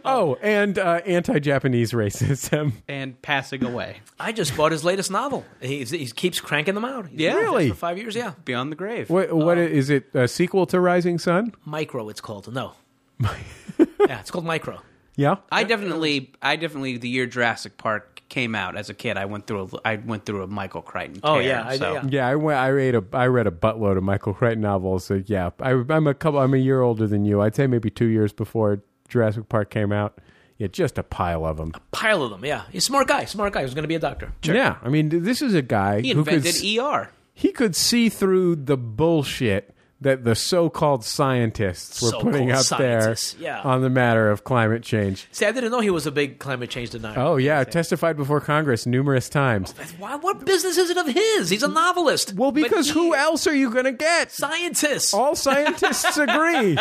oh, and uh, anti-Japanese racism. And passing away. I just bought his latest novel. He's, he keeps cranking them out. He's Yeah. been doing this Really? For five years, yeah. Beyond the grave. What, Oh. what is it? A sequel to Rising Sun? Micro, it's called. No. yeah, it's called Micro. Yeah. I uh, definitely, I definitely, the year Jurassic Park came out as a kid, I went through a, I went through a Michael Crichton. Oh, tear, yeah, I- so. yeah. Yeah, I went. I read a. I read a buttload of Michael Crichton novels. So yeah, I, I'm a couple. I'm a year older than you. I'd say maybe two years before Jurassic Park came out. Yeah, just a pile of them. Pile of them, yeah. He's a smart guy. Smart guy. He's going to be a doctor. E Yeah, I mean, this is a guy He who could invented s- ER. he could see through the bullshit that the so-called scientists were So-called putting out there scientists, yeah. on the matter of climate change. See, I didn't know he was a big climate change denier. Oh yeah, testified before Congress numerous times. Why, what business is it of his? He's a novelist. Well, Oh, But because he- who else are you going to get? Scientist. All scientists agree.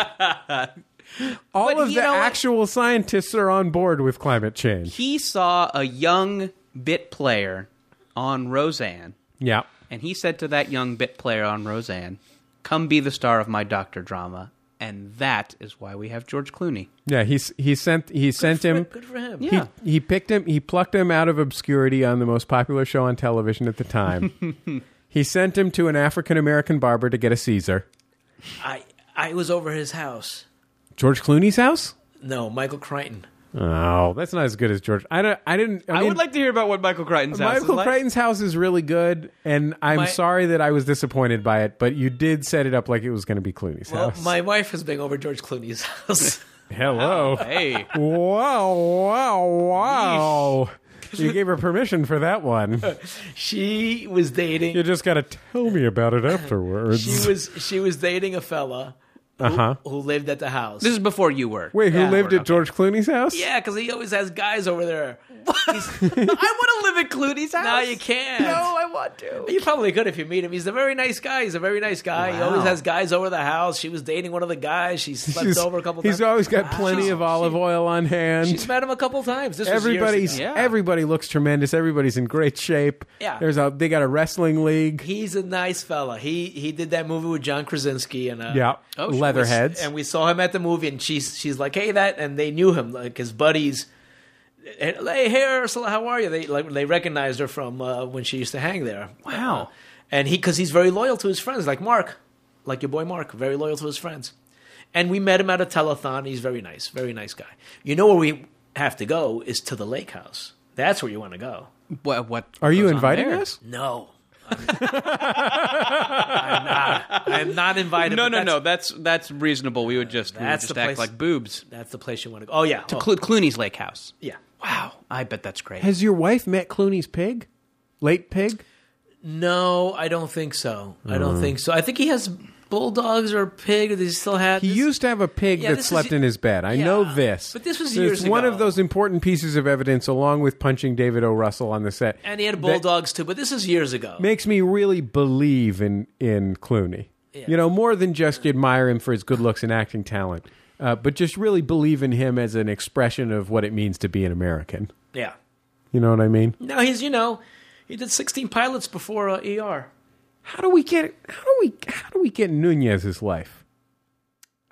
All But of you the know what? actual scientists are on board with climate change. He saw a young bit player on Roseanne, Yeah. and he said to that young bit player on Roseanne, "Come be the star of my doctor drama." And that is why we have George Clooney. Yeah, he s- he sent he sent him Good for him. Yeah. He, he picked him. He plucked him out of obscurity on the most popular show on television at the time. he sent him to an African American barber to get a Caesar. I, I was over his house. George Clooney's house? No, Michael Crichton. Oh, that's not as good as George. I don't. I didn't. I, I mean, would like to hear about what Michael Crichton's house is Michael like. Crichton's house is really good, and I'm My- sorry that I was disappointed by it. But you did set it up like it was going to be Clooney's Well, house. my wife has been over George Clooney's house. Hello. oh, Hey, Wow! Wow! Wow! You gave her permission for that one. she was dating. You just got to tell me about it afterwards. She was she was dating a fella uh-huh. who lived at the house. this is before you were. Wait, who Yeah. lived at George Clooney's house? yeah, because he always has guys over there. I want to live at Clooney's house. No, you can't. I want to. You probably could if you meet him. He's a very nice guy. He's a very nice guy. He always Wow. has guys over the house. She was dating one of the guys. She slept He's, over a couple he's times. Ah, always got plenty She's- of olive oil on She's hand. met him a couple times. This was years Everybody's ago. Yeah. everybody looks tremendous. Everybody's in great shape. Yeah. There's a they got a wrestling league. He's a nice fella. He he did that movie with John Krasinski and uh, yeah. Oh, she Leatherheads. and we saw him at the movie, and she's she's like, "Hey, that," and they knew him, like his buddies. And, hey, hey, Ursula, how are you? They like they recognized her from uh, when she used to hang there. Uh, Wow. And he, because he's very loyal to his friends, like Mark, like your boy Mark, very loyal to his friends. And we met him at a telethon. He's very nice, very nice guy. You know where we have to go is to the lake house. That's where you want to go. What? what Are you goes on inviting there? us? No. I'm not. I'm not invited. No, but no, that's- no. That's that's reasonable. We would just we would That's just the act place- like boobs. That's the place you want to go. Oh yeah. Oh, Clo- Clooney's lake house. yeah. Wow, I bet that's great. Has your wife met Clooney's pig? Late pig? No, I don't think so. I don't think so. I think he has bulldogs or a pig. Or they still have. He this- used to have a pig Yeah, that this is- slept in his bed. I know Yeah, this. but this was There's years one ago. of those important pieces of evidence along with punching David O. Russell on the set. and he had that bulldogs too. But this is years ago. makes me really believe in in Clooney. You know, more than just admire him for his good looks and acting talent, uh, but just really believe in him as an expression of what it means to be an American. Yeah. You know what I mean? Now he's you know he did 16 pilots before uh, ER. How do we get how do we how do we get Nunez's life?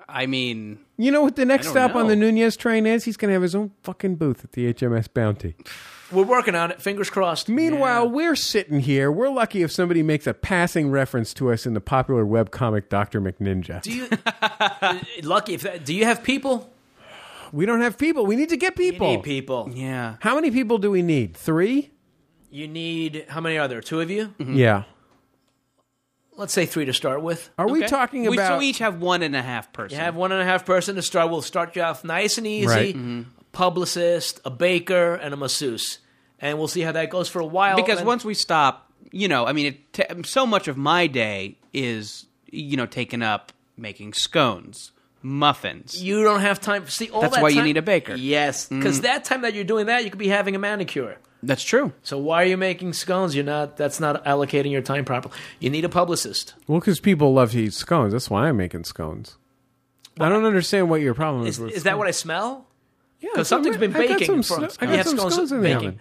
I mean, You know what the next I don't stop on know. the Nunez train is? He's going to have his own fucking booth at the HMS Bounty. We're working on it. Fingers crossed. Meanwhile, we're sitting here. We're lucky if somebody makes a passing reference to us in the popular webcomic Dr. McNinja. do you lucky if that, do you have people? we don't have people. We need to get You people. need people. yeah. How many people do we need? 3 You need how many are there? Two of you? Yeah. Let's say three to start with. Are we Okay. talking We, about? so we each have one and a half person. You have one and a half person to start. We'll start you off nice and easy. Right. Publicist, a baker, and a masseuse, and we'll see how that goes for a while. because and- once we stop, you know, I mean, it t- so much of my day is you know taken up making scones, muffins. you don't have time, see all That's that why you time- need a baker. Mm-hmm. Yes, because that time that you're doing that, you could be having a manicure. That's true. So why are you making scones? You're not. That's not allocating your time properly. You need a publicist. Well, because people love to eat scones. That's why I'm making scones. I don't understand what your problem is. Is, with is that what I smell? Yeah, Because something's been I got baking. some for- sno- I you got have some scones scones in the baking. oven.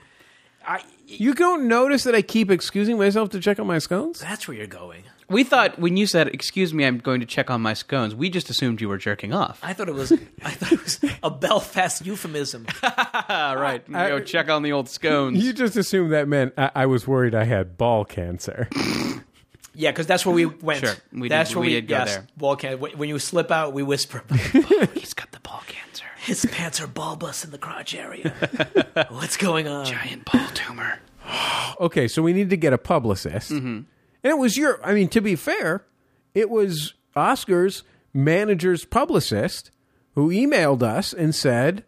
I, You don't notice that I keep excusing myself to check on my scones? that's where you're going. We thought when you said, "Excuse me, I'm going to check on my scones," we just assumed you were jerking off. I thought it was. I thought it was a Belfast euphemism. All Ah, right, go check on the old scones. You just assumed that meant I, I was worried I had ball cancer. Yeah, because that's where we went. Mm-hmm. Sure, we that's did- where we did go there. Ball can. When when you slip out, we whisper. about it. He's got the ball cancer, His pants are bulbous in the crotch area. What's going on? giant ball tumor. okay, so we need to get a publicist. Mm-hmm. And it was your, I mean, to be fair, it was Oscar's manager's publicist who emailed us and said,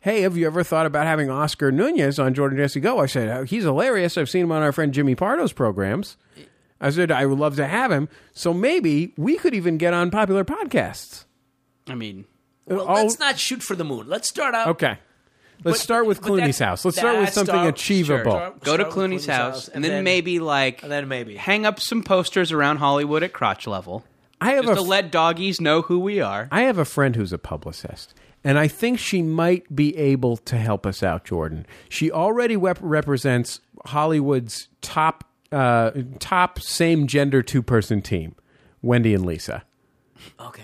Hey, have you ever thought about having Oscar Nunez on Jordan Jesse Go? I said, "Oh, He's hilarious. I've seen him on our friend Jimmy Pardo's programs. I said, I would love to have him. So maybe we could even get on popular podcasts. I mean, Well, All- let's not shoot for the moon. Let's start out. Oh. Okay. Let's But- start with but Clooney's that's- house. Let's start with that's something our- achievable. sure. go to Start with Clooney's, house, and, then, maybe like, and then maybe. hang up some posters around Hollywood at crotch level, I have just a to let doggies know who we are. I have a friend who's a publicist, and I think she might be able to help us out, Jordan. She already wep- represents Hollywood's top uh, top same gender two person team, Wendy and Lisa. Okay.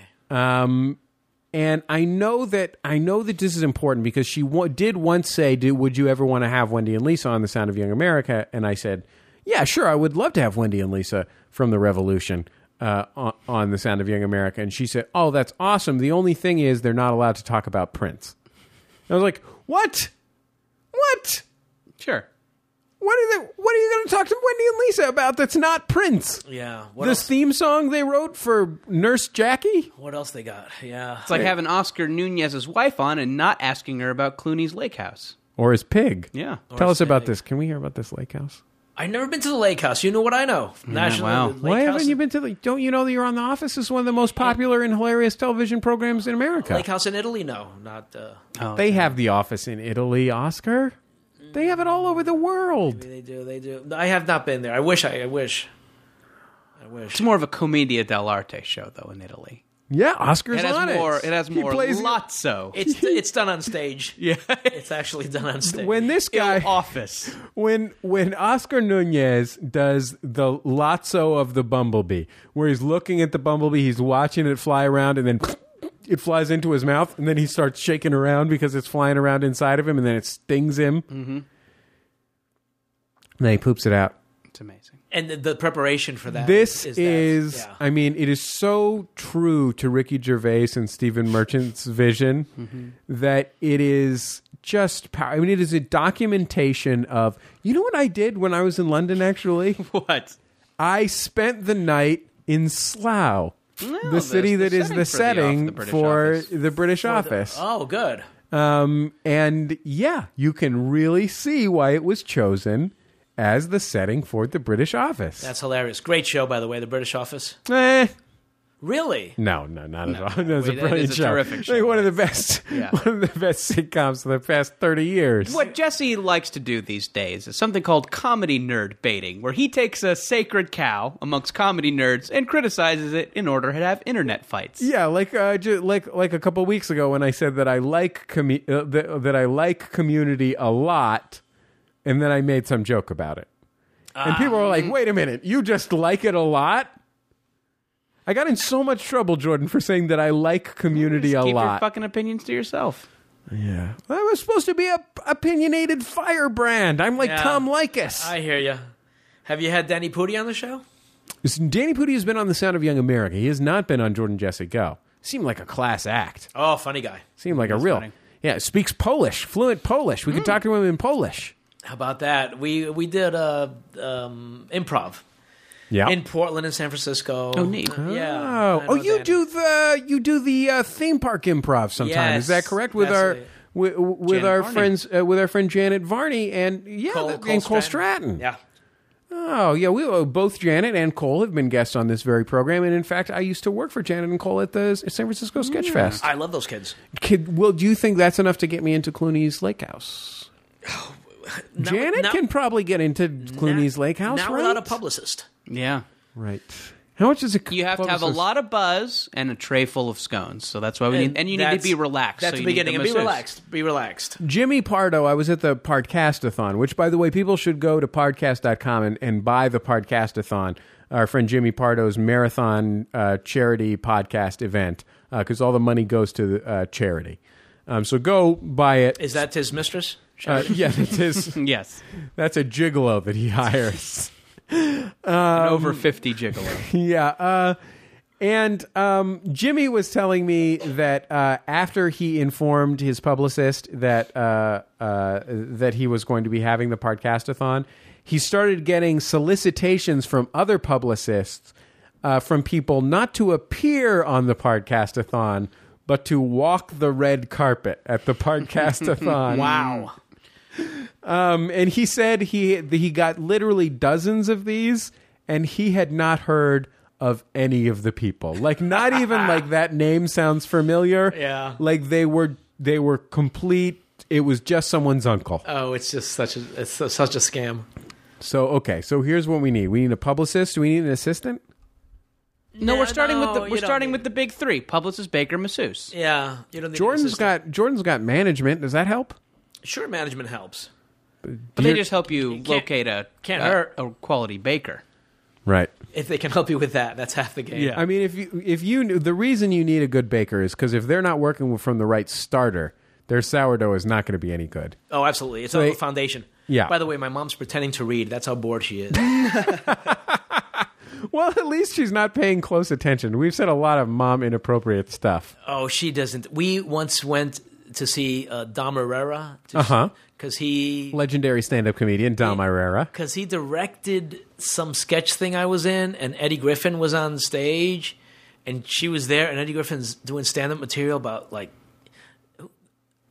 And I know that I know that this is important because she wa- did once say, "Do would you ever want to have Wendy and Lisa on The Sound of Young America?" And I said, "Yeah, sure, I would love to have Wendy and Lisa from the Revolution uh, on, on The Sound of Young America." And she said, "Oh, that's awesome. The only thing is they're not allowed to talk about Prince." And I was like, "What? What? Sure. What are they, What are you going to talk to Wendy and Lisa about? That's not Prince." Yeah. What This else? theme song they wrote for Nurse Jackie. What else they got? Yeah. It's like having Oscar Nunez's wife on and not asking her about Clooney's lake house. Or his pig. Yeah. Tell us about this. Can we hear about this lake house? I've never been to the lake house. You know what I know? National wow. Lake Why house haven't you been to the? Don't you know that you're on the Office is one of the most popular and hilarious television programs in America? Lake house in Italy? No, not. Uh, Oh. they have the Office in Italy, Oscar. They have it all over the world. they do. They do. I have not been there. I wish. I, I wish. I wish. It's more of a commedia dell'arte show though in Italy. Yeah, Oscar's It has on more. it. It has He more plays- lotso. It's it's done on stage. yeah. It's actually done on stage. when this guy office. when when Oscar Nunez does the lotso of the bumblebee, where he's looking at the bumblebee, he's watching it fly around, and then it flies into his mouth, and then he starts shaking around because it's flying around inside of him, and then it stings him. Mm-hmm. And then he poops it out. It's amazing. and the, the preparation for that. This is, is, that. Yeah. I mean, it is so true to Ricky Gervais and Stephen Merchant's vision that it is just power. I mean, it is a documentation of, you know what I did when I was in London, actually? What? I spent the night in Slough, Well, the that's city the that is the setting setting for the for off- the British office. Oh, good. Um, and yeah, you can really see why it was chosen as the setting for the British office. That's hilarious. Great show, by the way. The British Office. Eh. Really? No, no, not at all. That's Wait, a that is brilliant a show. terrific Like, show. one of the best, Yeah. one of the best sitcoms of the past thirty years. What Jesse likes to do these days is something called comedy nerd baiting, where he takes a sacred cow amongst comedy nerds and criticizes it in order to have internet fights. Yeah, like uh, ju- like like a couple weeks ago when I said that I like commu uh, that, that I like Community a lot, and then I made some joke about it, and people were Um, like, "Wait a minute, you just like it a lot." I got in so much trouble, Jordan, for saying that I like Community Just a keep your lot. fucking opinions to yourself. yeah, I was supposed to be a opinionated firebrand. I'm like Yeah. Tom Likas. I hear you. Have you had Danny Pudi on the show? Danny Pudi has been on The Sound of Young America. He has not been on Jordan Jesse Go. Seemed like a class act. Oh, funny guy. Seemed like a real. funny. Yeah, speaks Polish, fluent Polish. We Hmm. could talk to him in Polish. How about that? We we did uh, um, improv Yeah. in Portland and San Francisco. Oh, neat. Yeah. I oh, know oh, you Danny. do the you do the uh, theme park improv sometime. Yes, Is that correct? With that's our it. with, with Janet our Varney. friends uh, with our friend Janet Varney and yeah Cole, that- and Cole Stratton. Yeah. Oh yeah, we uh, both Janet and Cole have been guests on this very program, and in fact, I used to work for Janet and Cole at the San Francisco Hmm. Sketch Fest. I love those kids. Kid, well, do you think that's enough to get me into Clooney's Lake House? now- Janet now- can probably get into Clooney's now- Lake House, now right? without a publicist. Yeah. Right. How much is it? You have to have a lot of buzz and a tray full of scones. So that's why we need, and you need to that's- be relaxed. That's so the you beginning. Need And the be masseuse. relaxed. Be relaxed. Jimmy Pardo, I was at the Podcastathon, which, by the way, people should go to podcast.com and, and buy the Podcastathon, our friend Jimmy Pardo's marathon uh, charity podcast event, because all the money goes to the uh, charity. Um, so go buy it. Is that his mistress? Uh, yeah, that's, his, Yes. that's a gigolo that he hires. An over 50 gigolo. yeah. Uh, and um, Jimmy was telling me that uh, after he informed his publicist that uh, uh, that he was going to be having the podcastathon, he started getting solicitations from other publicists uh, from people not to appear on the podcastathon, but to walk the red carpet at the podcastathon. Wow. Um, and he said he he got literally dozens of these, and he had not heard of any of the people. Like not even like that name sounds familiar. Yeah. like they were they were complete. It was just someone's uncle. Oh, it's just such a it's su- such a scam. So okay, so here's what we need. We need a publicist. We need an assistant. No, we're starting no, with the you we're don't starting need- with the big three: publicist, baker, masseuse. Yeah, you don't. Need an Jordan's assistant. got Jordan's got management. Does that help? sure management helps. But they You're- just help you locate a can't a, hurt. a quality baker. Right. If they can help you with that, that's half the game. Yeah. I mean, if you if you knew, the reason you need a good baker is because if they're not working from the right starter, their sourdough is not going to be any good. Oh, absolutely. It's So all they- the foundation. Yeah. By the way, my mom's pretending to read. That's how bored she is. Well, at least she's not paying close attention. We've said a lot of mom inappropriate stuff. oh, she doesn't. We once went to see uh, Dom Herrera. Uh-huh. Because he Legendary stand-up comedian Dom Irera. because he directed some sketch thing I was in, and Eddie Griffin was on stage, and she was there, and Eddie Griffin's doing stand-up material about like,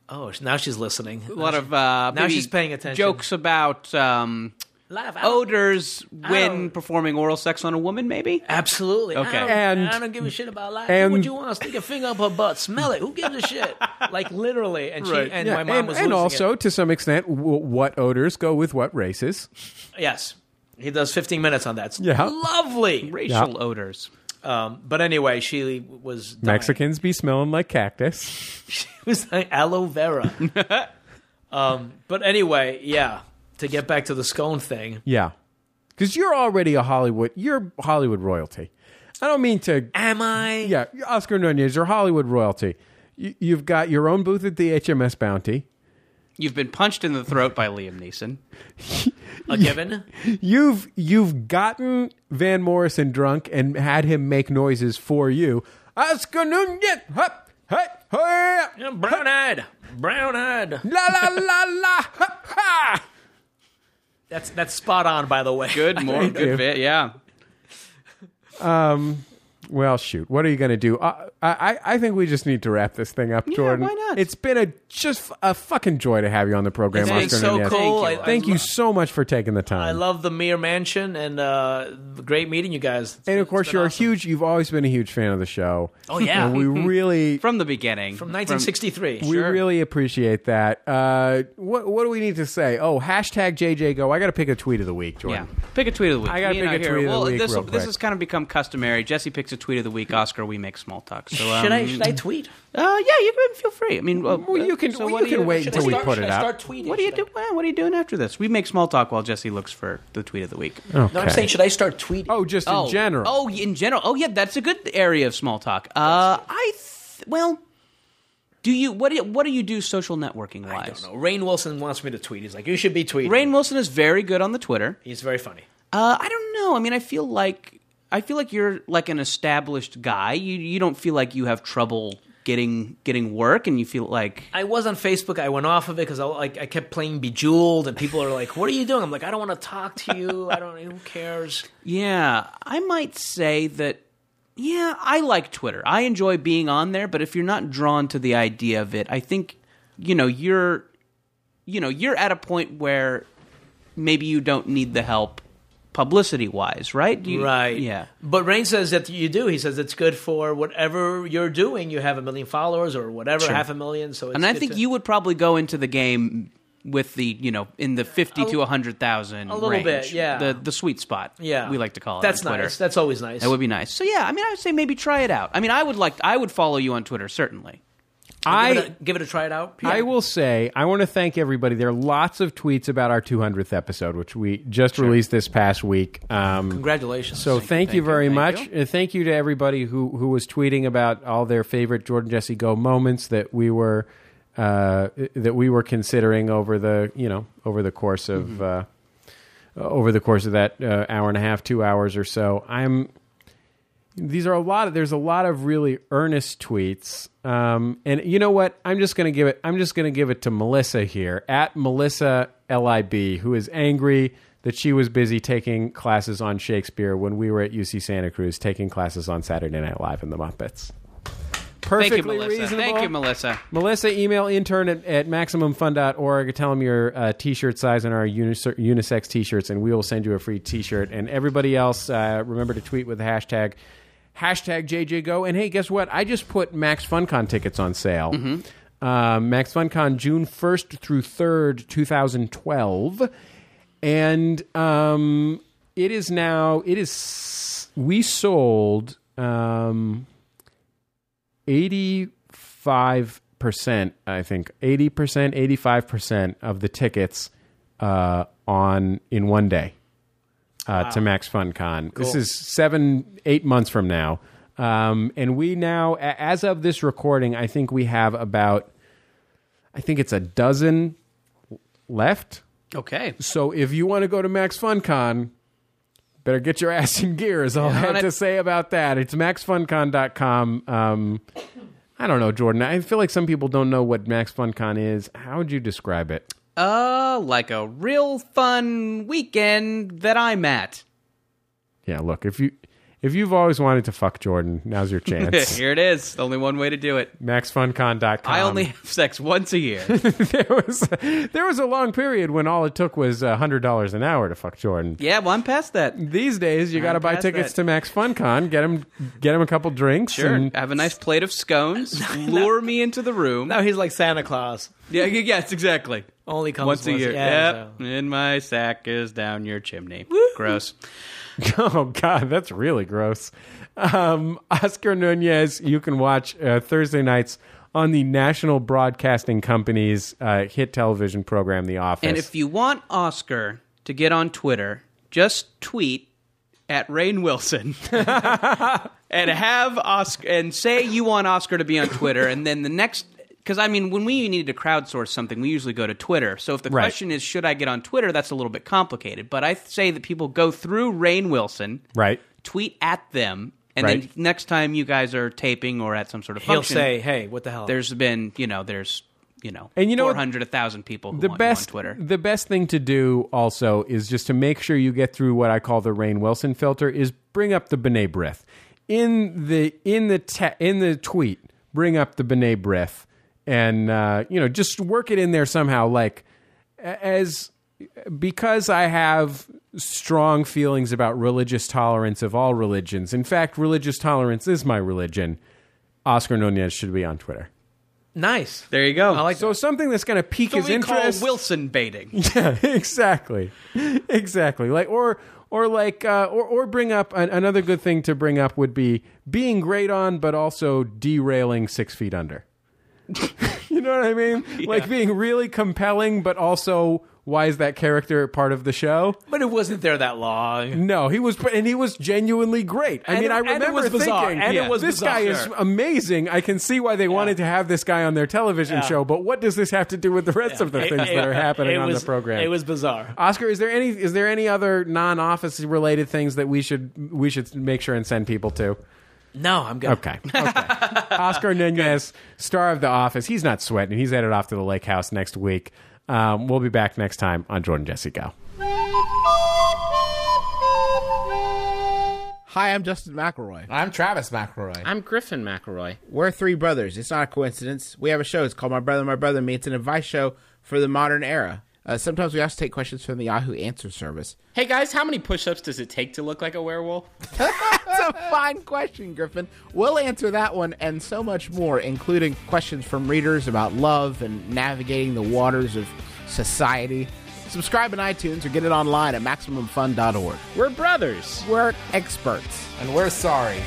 oh, now she's listening. A lot of uh, Now maybe she's paying attention. Oh. Jokes about um, Live odors when Ow. performing oral sex on a woman, maybe. Absolutely. Okay. I don't, And- I don't give a shit about life. and- what you want? Stick a finger up her butt. Smell it. Who gives a shit? like literally. And she Right. and Yeah, my mom and, was and losing also, it. to some extent, w- what odors go with what races. yes. He does 15 minutes on that. It's Yeah. Lovely. Racial odors. Um, but anyway, she was dying. Mexicans be smelling like cactus. It was like aloe vera. um, but anyway, yeah. To get back to the scone thing, Yeah. Because you're already a Hollywood, you're Hollywood royalty. I don't mean to am I? Yeah, Oscar Nunez, you're Hollywood royalty. You, you've got your own booth at the HMS Bounty. You've been punched in the throat by Liam Neeson. a given? You've you've gotten Van Morrison drunk and had him make noises for you. Oscar Nunez, hup, hup, hup, Yeah, brown eyed, brown eyed. la la la la, hup, ha. That's that's spot on, by the way. Good morning, you. good fit. Yeah, Well, shoot, what are you going to do? Uh, I, I I think we just need to wrap this thing up, Jordan. why not? It's been a just a fucking joy to have you on the program, It's Oscar been so Nunez. cool. Thank you. I, Thank I, you so much for taking the time. I love the Mir Mansion and uh, great meeting you guys. And of course, It's been you're awesome. a huge. You've always been a huge fan of the show. Oh, yeah. and we really, from the beginning, from 1963. we really appreciate that. Uh, what What do we need to say? Oh, hashtag JJGo. I got to pick a tweet of the week, Yeah, Jordan. pick a tweet of the week. I gotta Me and pick a here- tweet of the well, week This, real quick. this has kind of become customary. Jesse picks a tweet of the week. Oscar, we make small talk. So um, should I should I tweet? Uh, yeah, you can feel free. I mean, uh, Well, you can. so well, what you do can wait should until I we start- put should it I up. start tweeting? What are you Should I- doing? What are you doing after this? We make small talk while Jesse looks for the tweet of the week. No, I'm saying should I start tweeting? Oh, just in general. Oh, in general. Oh, yeah, that's a good area of small talk. Uh, I th- well, do you what do you, what do you do social networking wise? I don't know. Rain Wilson wants me to tweet. He's like, you should be tweeting. Rain Wilson is very good on the Twitter. He's very funny. Uh, I don't know. I mean, I feel like I feel like you're like an established guy. You you don't feel like you have trouble getting getting work, and you feel like I was on Facebook. I went off of it because I like I kept playing Bejeweled, and people are like, "What are you doing?" I'm like, "I don't want to talk to you. I don't. Who cares?" Yeah, I might say that. Yeah, I like Twitter. I enjoy being on there, but if you're not drawn to the idea of it, I think you know you're you know you're at a point where maybe you don't need the help publicity wise, right? Do you- Right. Yeah. But Rain says that you do. He says it's good for whatever you're doing. You have a million followers or whatever, half a million. So it's And I good think to- you would probably go into the game with the you know in the fifty to a hundred thousand. a little bit, yeah. The the sweet spot. Yeah, we like to call it. That's on Twitter. nice. That's always nice. that would be nice. So yeah, I mean, I would say maybe try it out. I mean, I would like I would follow you on Twitter certainly. give, I it a, give it a try it out. I will say I want to thank everybody. There are lots of tweets about our 200th episode, which we just released this past week. Um, Congratulations. So thank, you you, very thank much. Uh, Thank you to everybody who who was tweeting about all their favorite Jordan Jesse Go moments that we were uh, that we were considering over the you know over the course of uh, over the course of that uh, hour and a half, two hours or so. I'm these are a lot of there's a lot of really earnest tweets um, and you know what i'm just going to give it i'm just going to give it to melissa here at melissa lib who is angry that she was busy taking classes on shakespeare when we were at uc santa cruz taking classes on saturday night live and the muppets Thank perfectly you, Melissa. reasonable Thank you, Melissa. Melissa, email intern at, at MaximumFun.org. Tell them your uh, t shirt size and our unis- unisex t shirts, and we will send you a free t shirt. And everybody else, uh, remember to tweet with the hashtag. Hashtag JJGo. And hey, guess what? I just put Max FunCon tickets on sale. Uh, Max FunCon, June 1st through 3rd, 2012. And um, it is now, it is, we sold. Um, 85 percent i think 80 percent 85 percent of the tickets uh on in one day uh to max funcon this is seven eight months from now um and we now a- as of this recording i think we have about i think it's a dozen left Okay. so if you want to go to Max FunCon, better get your ass in gear is all I on have it. to say about that. It's maxfuncon.com. Um, I don't know, Jordan. I feel like some people don't know what Max FunCon is. How would you describe it? Uh, like a real fun weekend that I'm at. Yeah, look, if you if you've always wanted to fuck Jordan, now's your chance. Here it is. Only one way to do it. maxfuncon.com. I only have sex once a year. there was there was a long period when all it took was $100 an hour to fuck Jordan. yeah, well, I'm past that. These days, you got to buy past tickets that. to Max FunCon, get him get him a couple drinks Sure. and Have a nice plate of scones. Lure me into the room. Now he's like Santa Claus. Yeah, y- yes, exactly. Only comes once a year. Yeah, yep. And my sack is down your chimney. Gross. Oh God, that's really gross. Um, Oscar Nunez, you can watch uh, Thursday nights on the National Broadcasting Company's uh, hit television program, The Office. And if you want Oscar to get on Twitter, just tweet at Rain Wilson and have Oscar and say you want Oscar to be on Twitter, and then the next. Because I mean, when we need to crowdsource something, we usually go to Twitter. So if the Right. question is, should I get on Twitter? That's a little bit complicated. But I say that people go through Rain Wilson, right, tweet at them, and then Right. next time you guys are taping or at some sort of He'll function, say, "Hey, what the hell?" there's been you know there's you know And you know what? 400 1,000 people who the want you best on Twitter. the best thing to do also is just to make sure you get through what I call the Rain Wilson filter. Is bring up the B'nai B'rith in the in the te- in the tweet. Bring up the B'nai B'rith, and uh, you know just work it in there somehow. Like a- as because I have strong feelings about religious tolerance of all religions. In fact, religious tolerance is my religion. Oscar Nunez should be on Twitter. nice. There you go. I like So something that's going to pique what his we interest. call Wilson baiting. Yeah, exactly, exactly. Like or or like uh, or or bring up an, another good thing to bring up would be being great on, but also derailing six feet under. you know what I mean? Like being really compelling, but also why is that character part of the show? But it wasn't there that long. No, he was, and he was genuinely great. I And mean, it- I and it remember was thinking, bizarre. And it was this bizarre, guy is sure. amazing. I can see why they wanted to have this guy on their television Yeah. show. But what does this have to do with the rest of the It- things it- that are happening it on was, the program? It was bizarre. Oscar, is there any is there any other non office related things that we should we should make sure and send people to? No, I'm good. Okay. Okay. Oscar Nunez, star of The Office. He's not sweating. He's headed off to the lake house next week. Um, we'll be back next time on Jordan Jesse Go. Hi, I'm Justin McElroy. I'm Travis McElroy. I'm Griffin McElroy. We're three brothers. It's not a coincidence. We have a show. It's called My Brother, My Brother Me. It's an advice show for the modern era. Uh, sometimes we also take questions from the Yahoo Answer Service. Hey guys, how many push-ups does it take to look like a werewolf? That's a fine question, Griffin. We'll answer that one and so much more, including questions from readers about love and navigating the waters of society. Subscribe on iTunes or get it online at MaximumFun.org. We're brothers. We're experts. And we're sorry.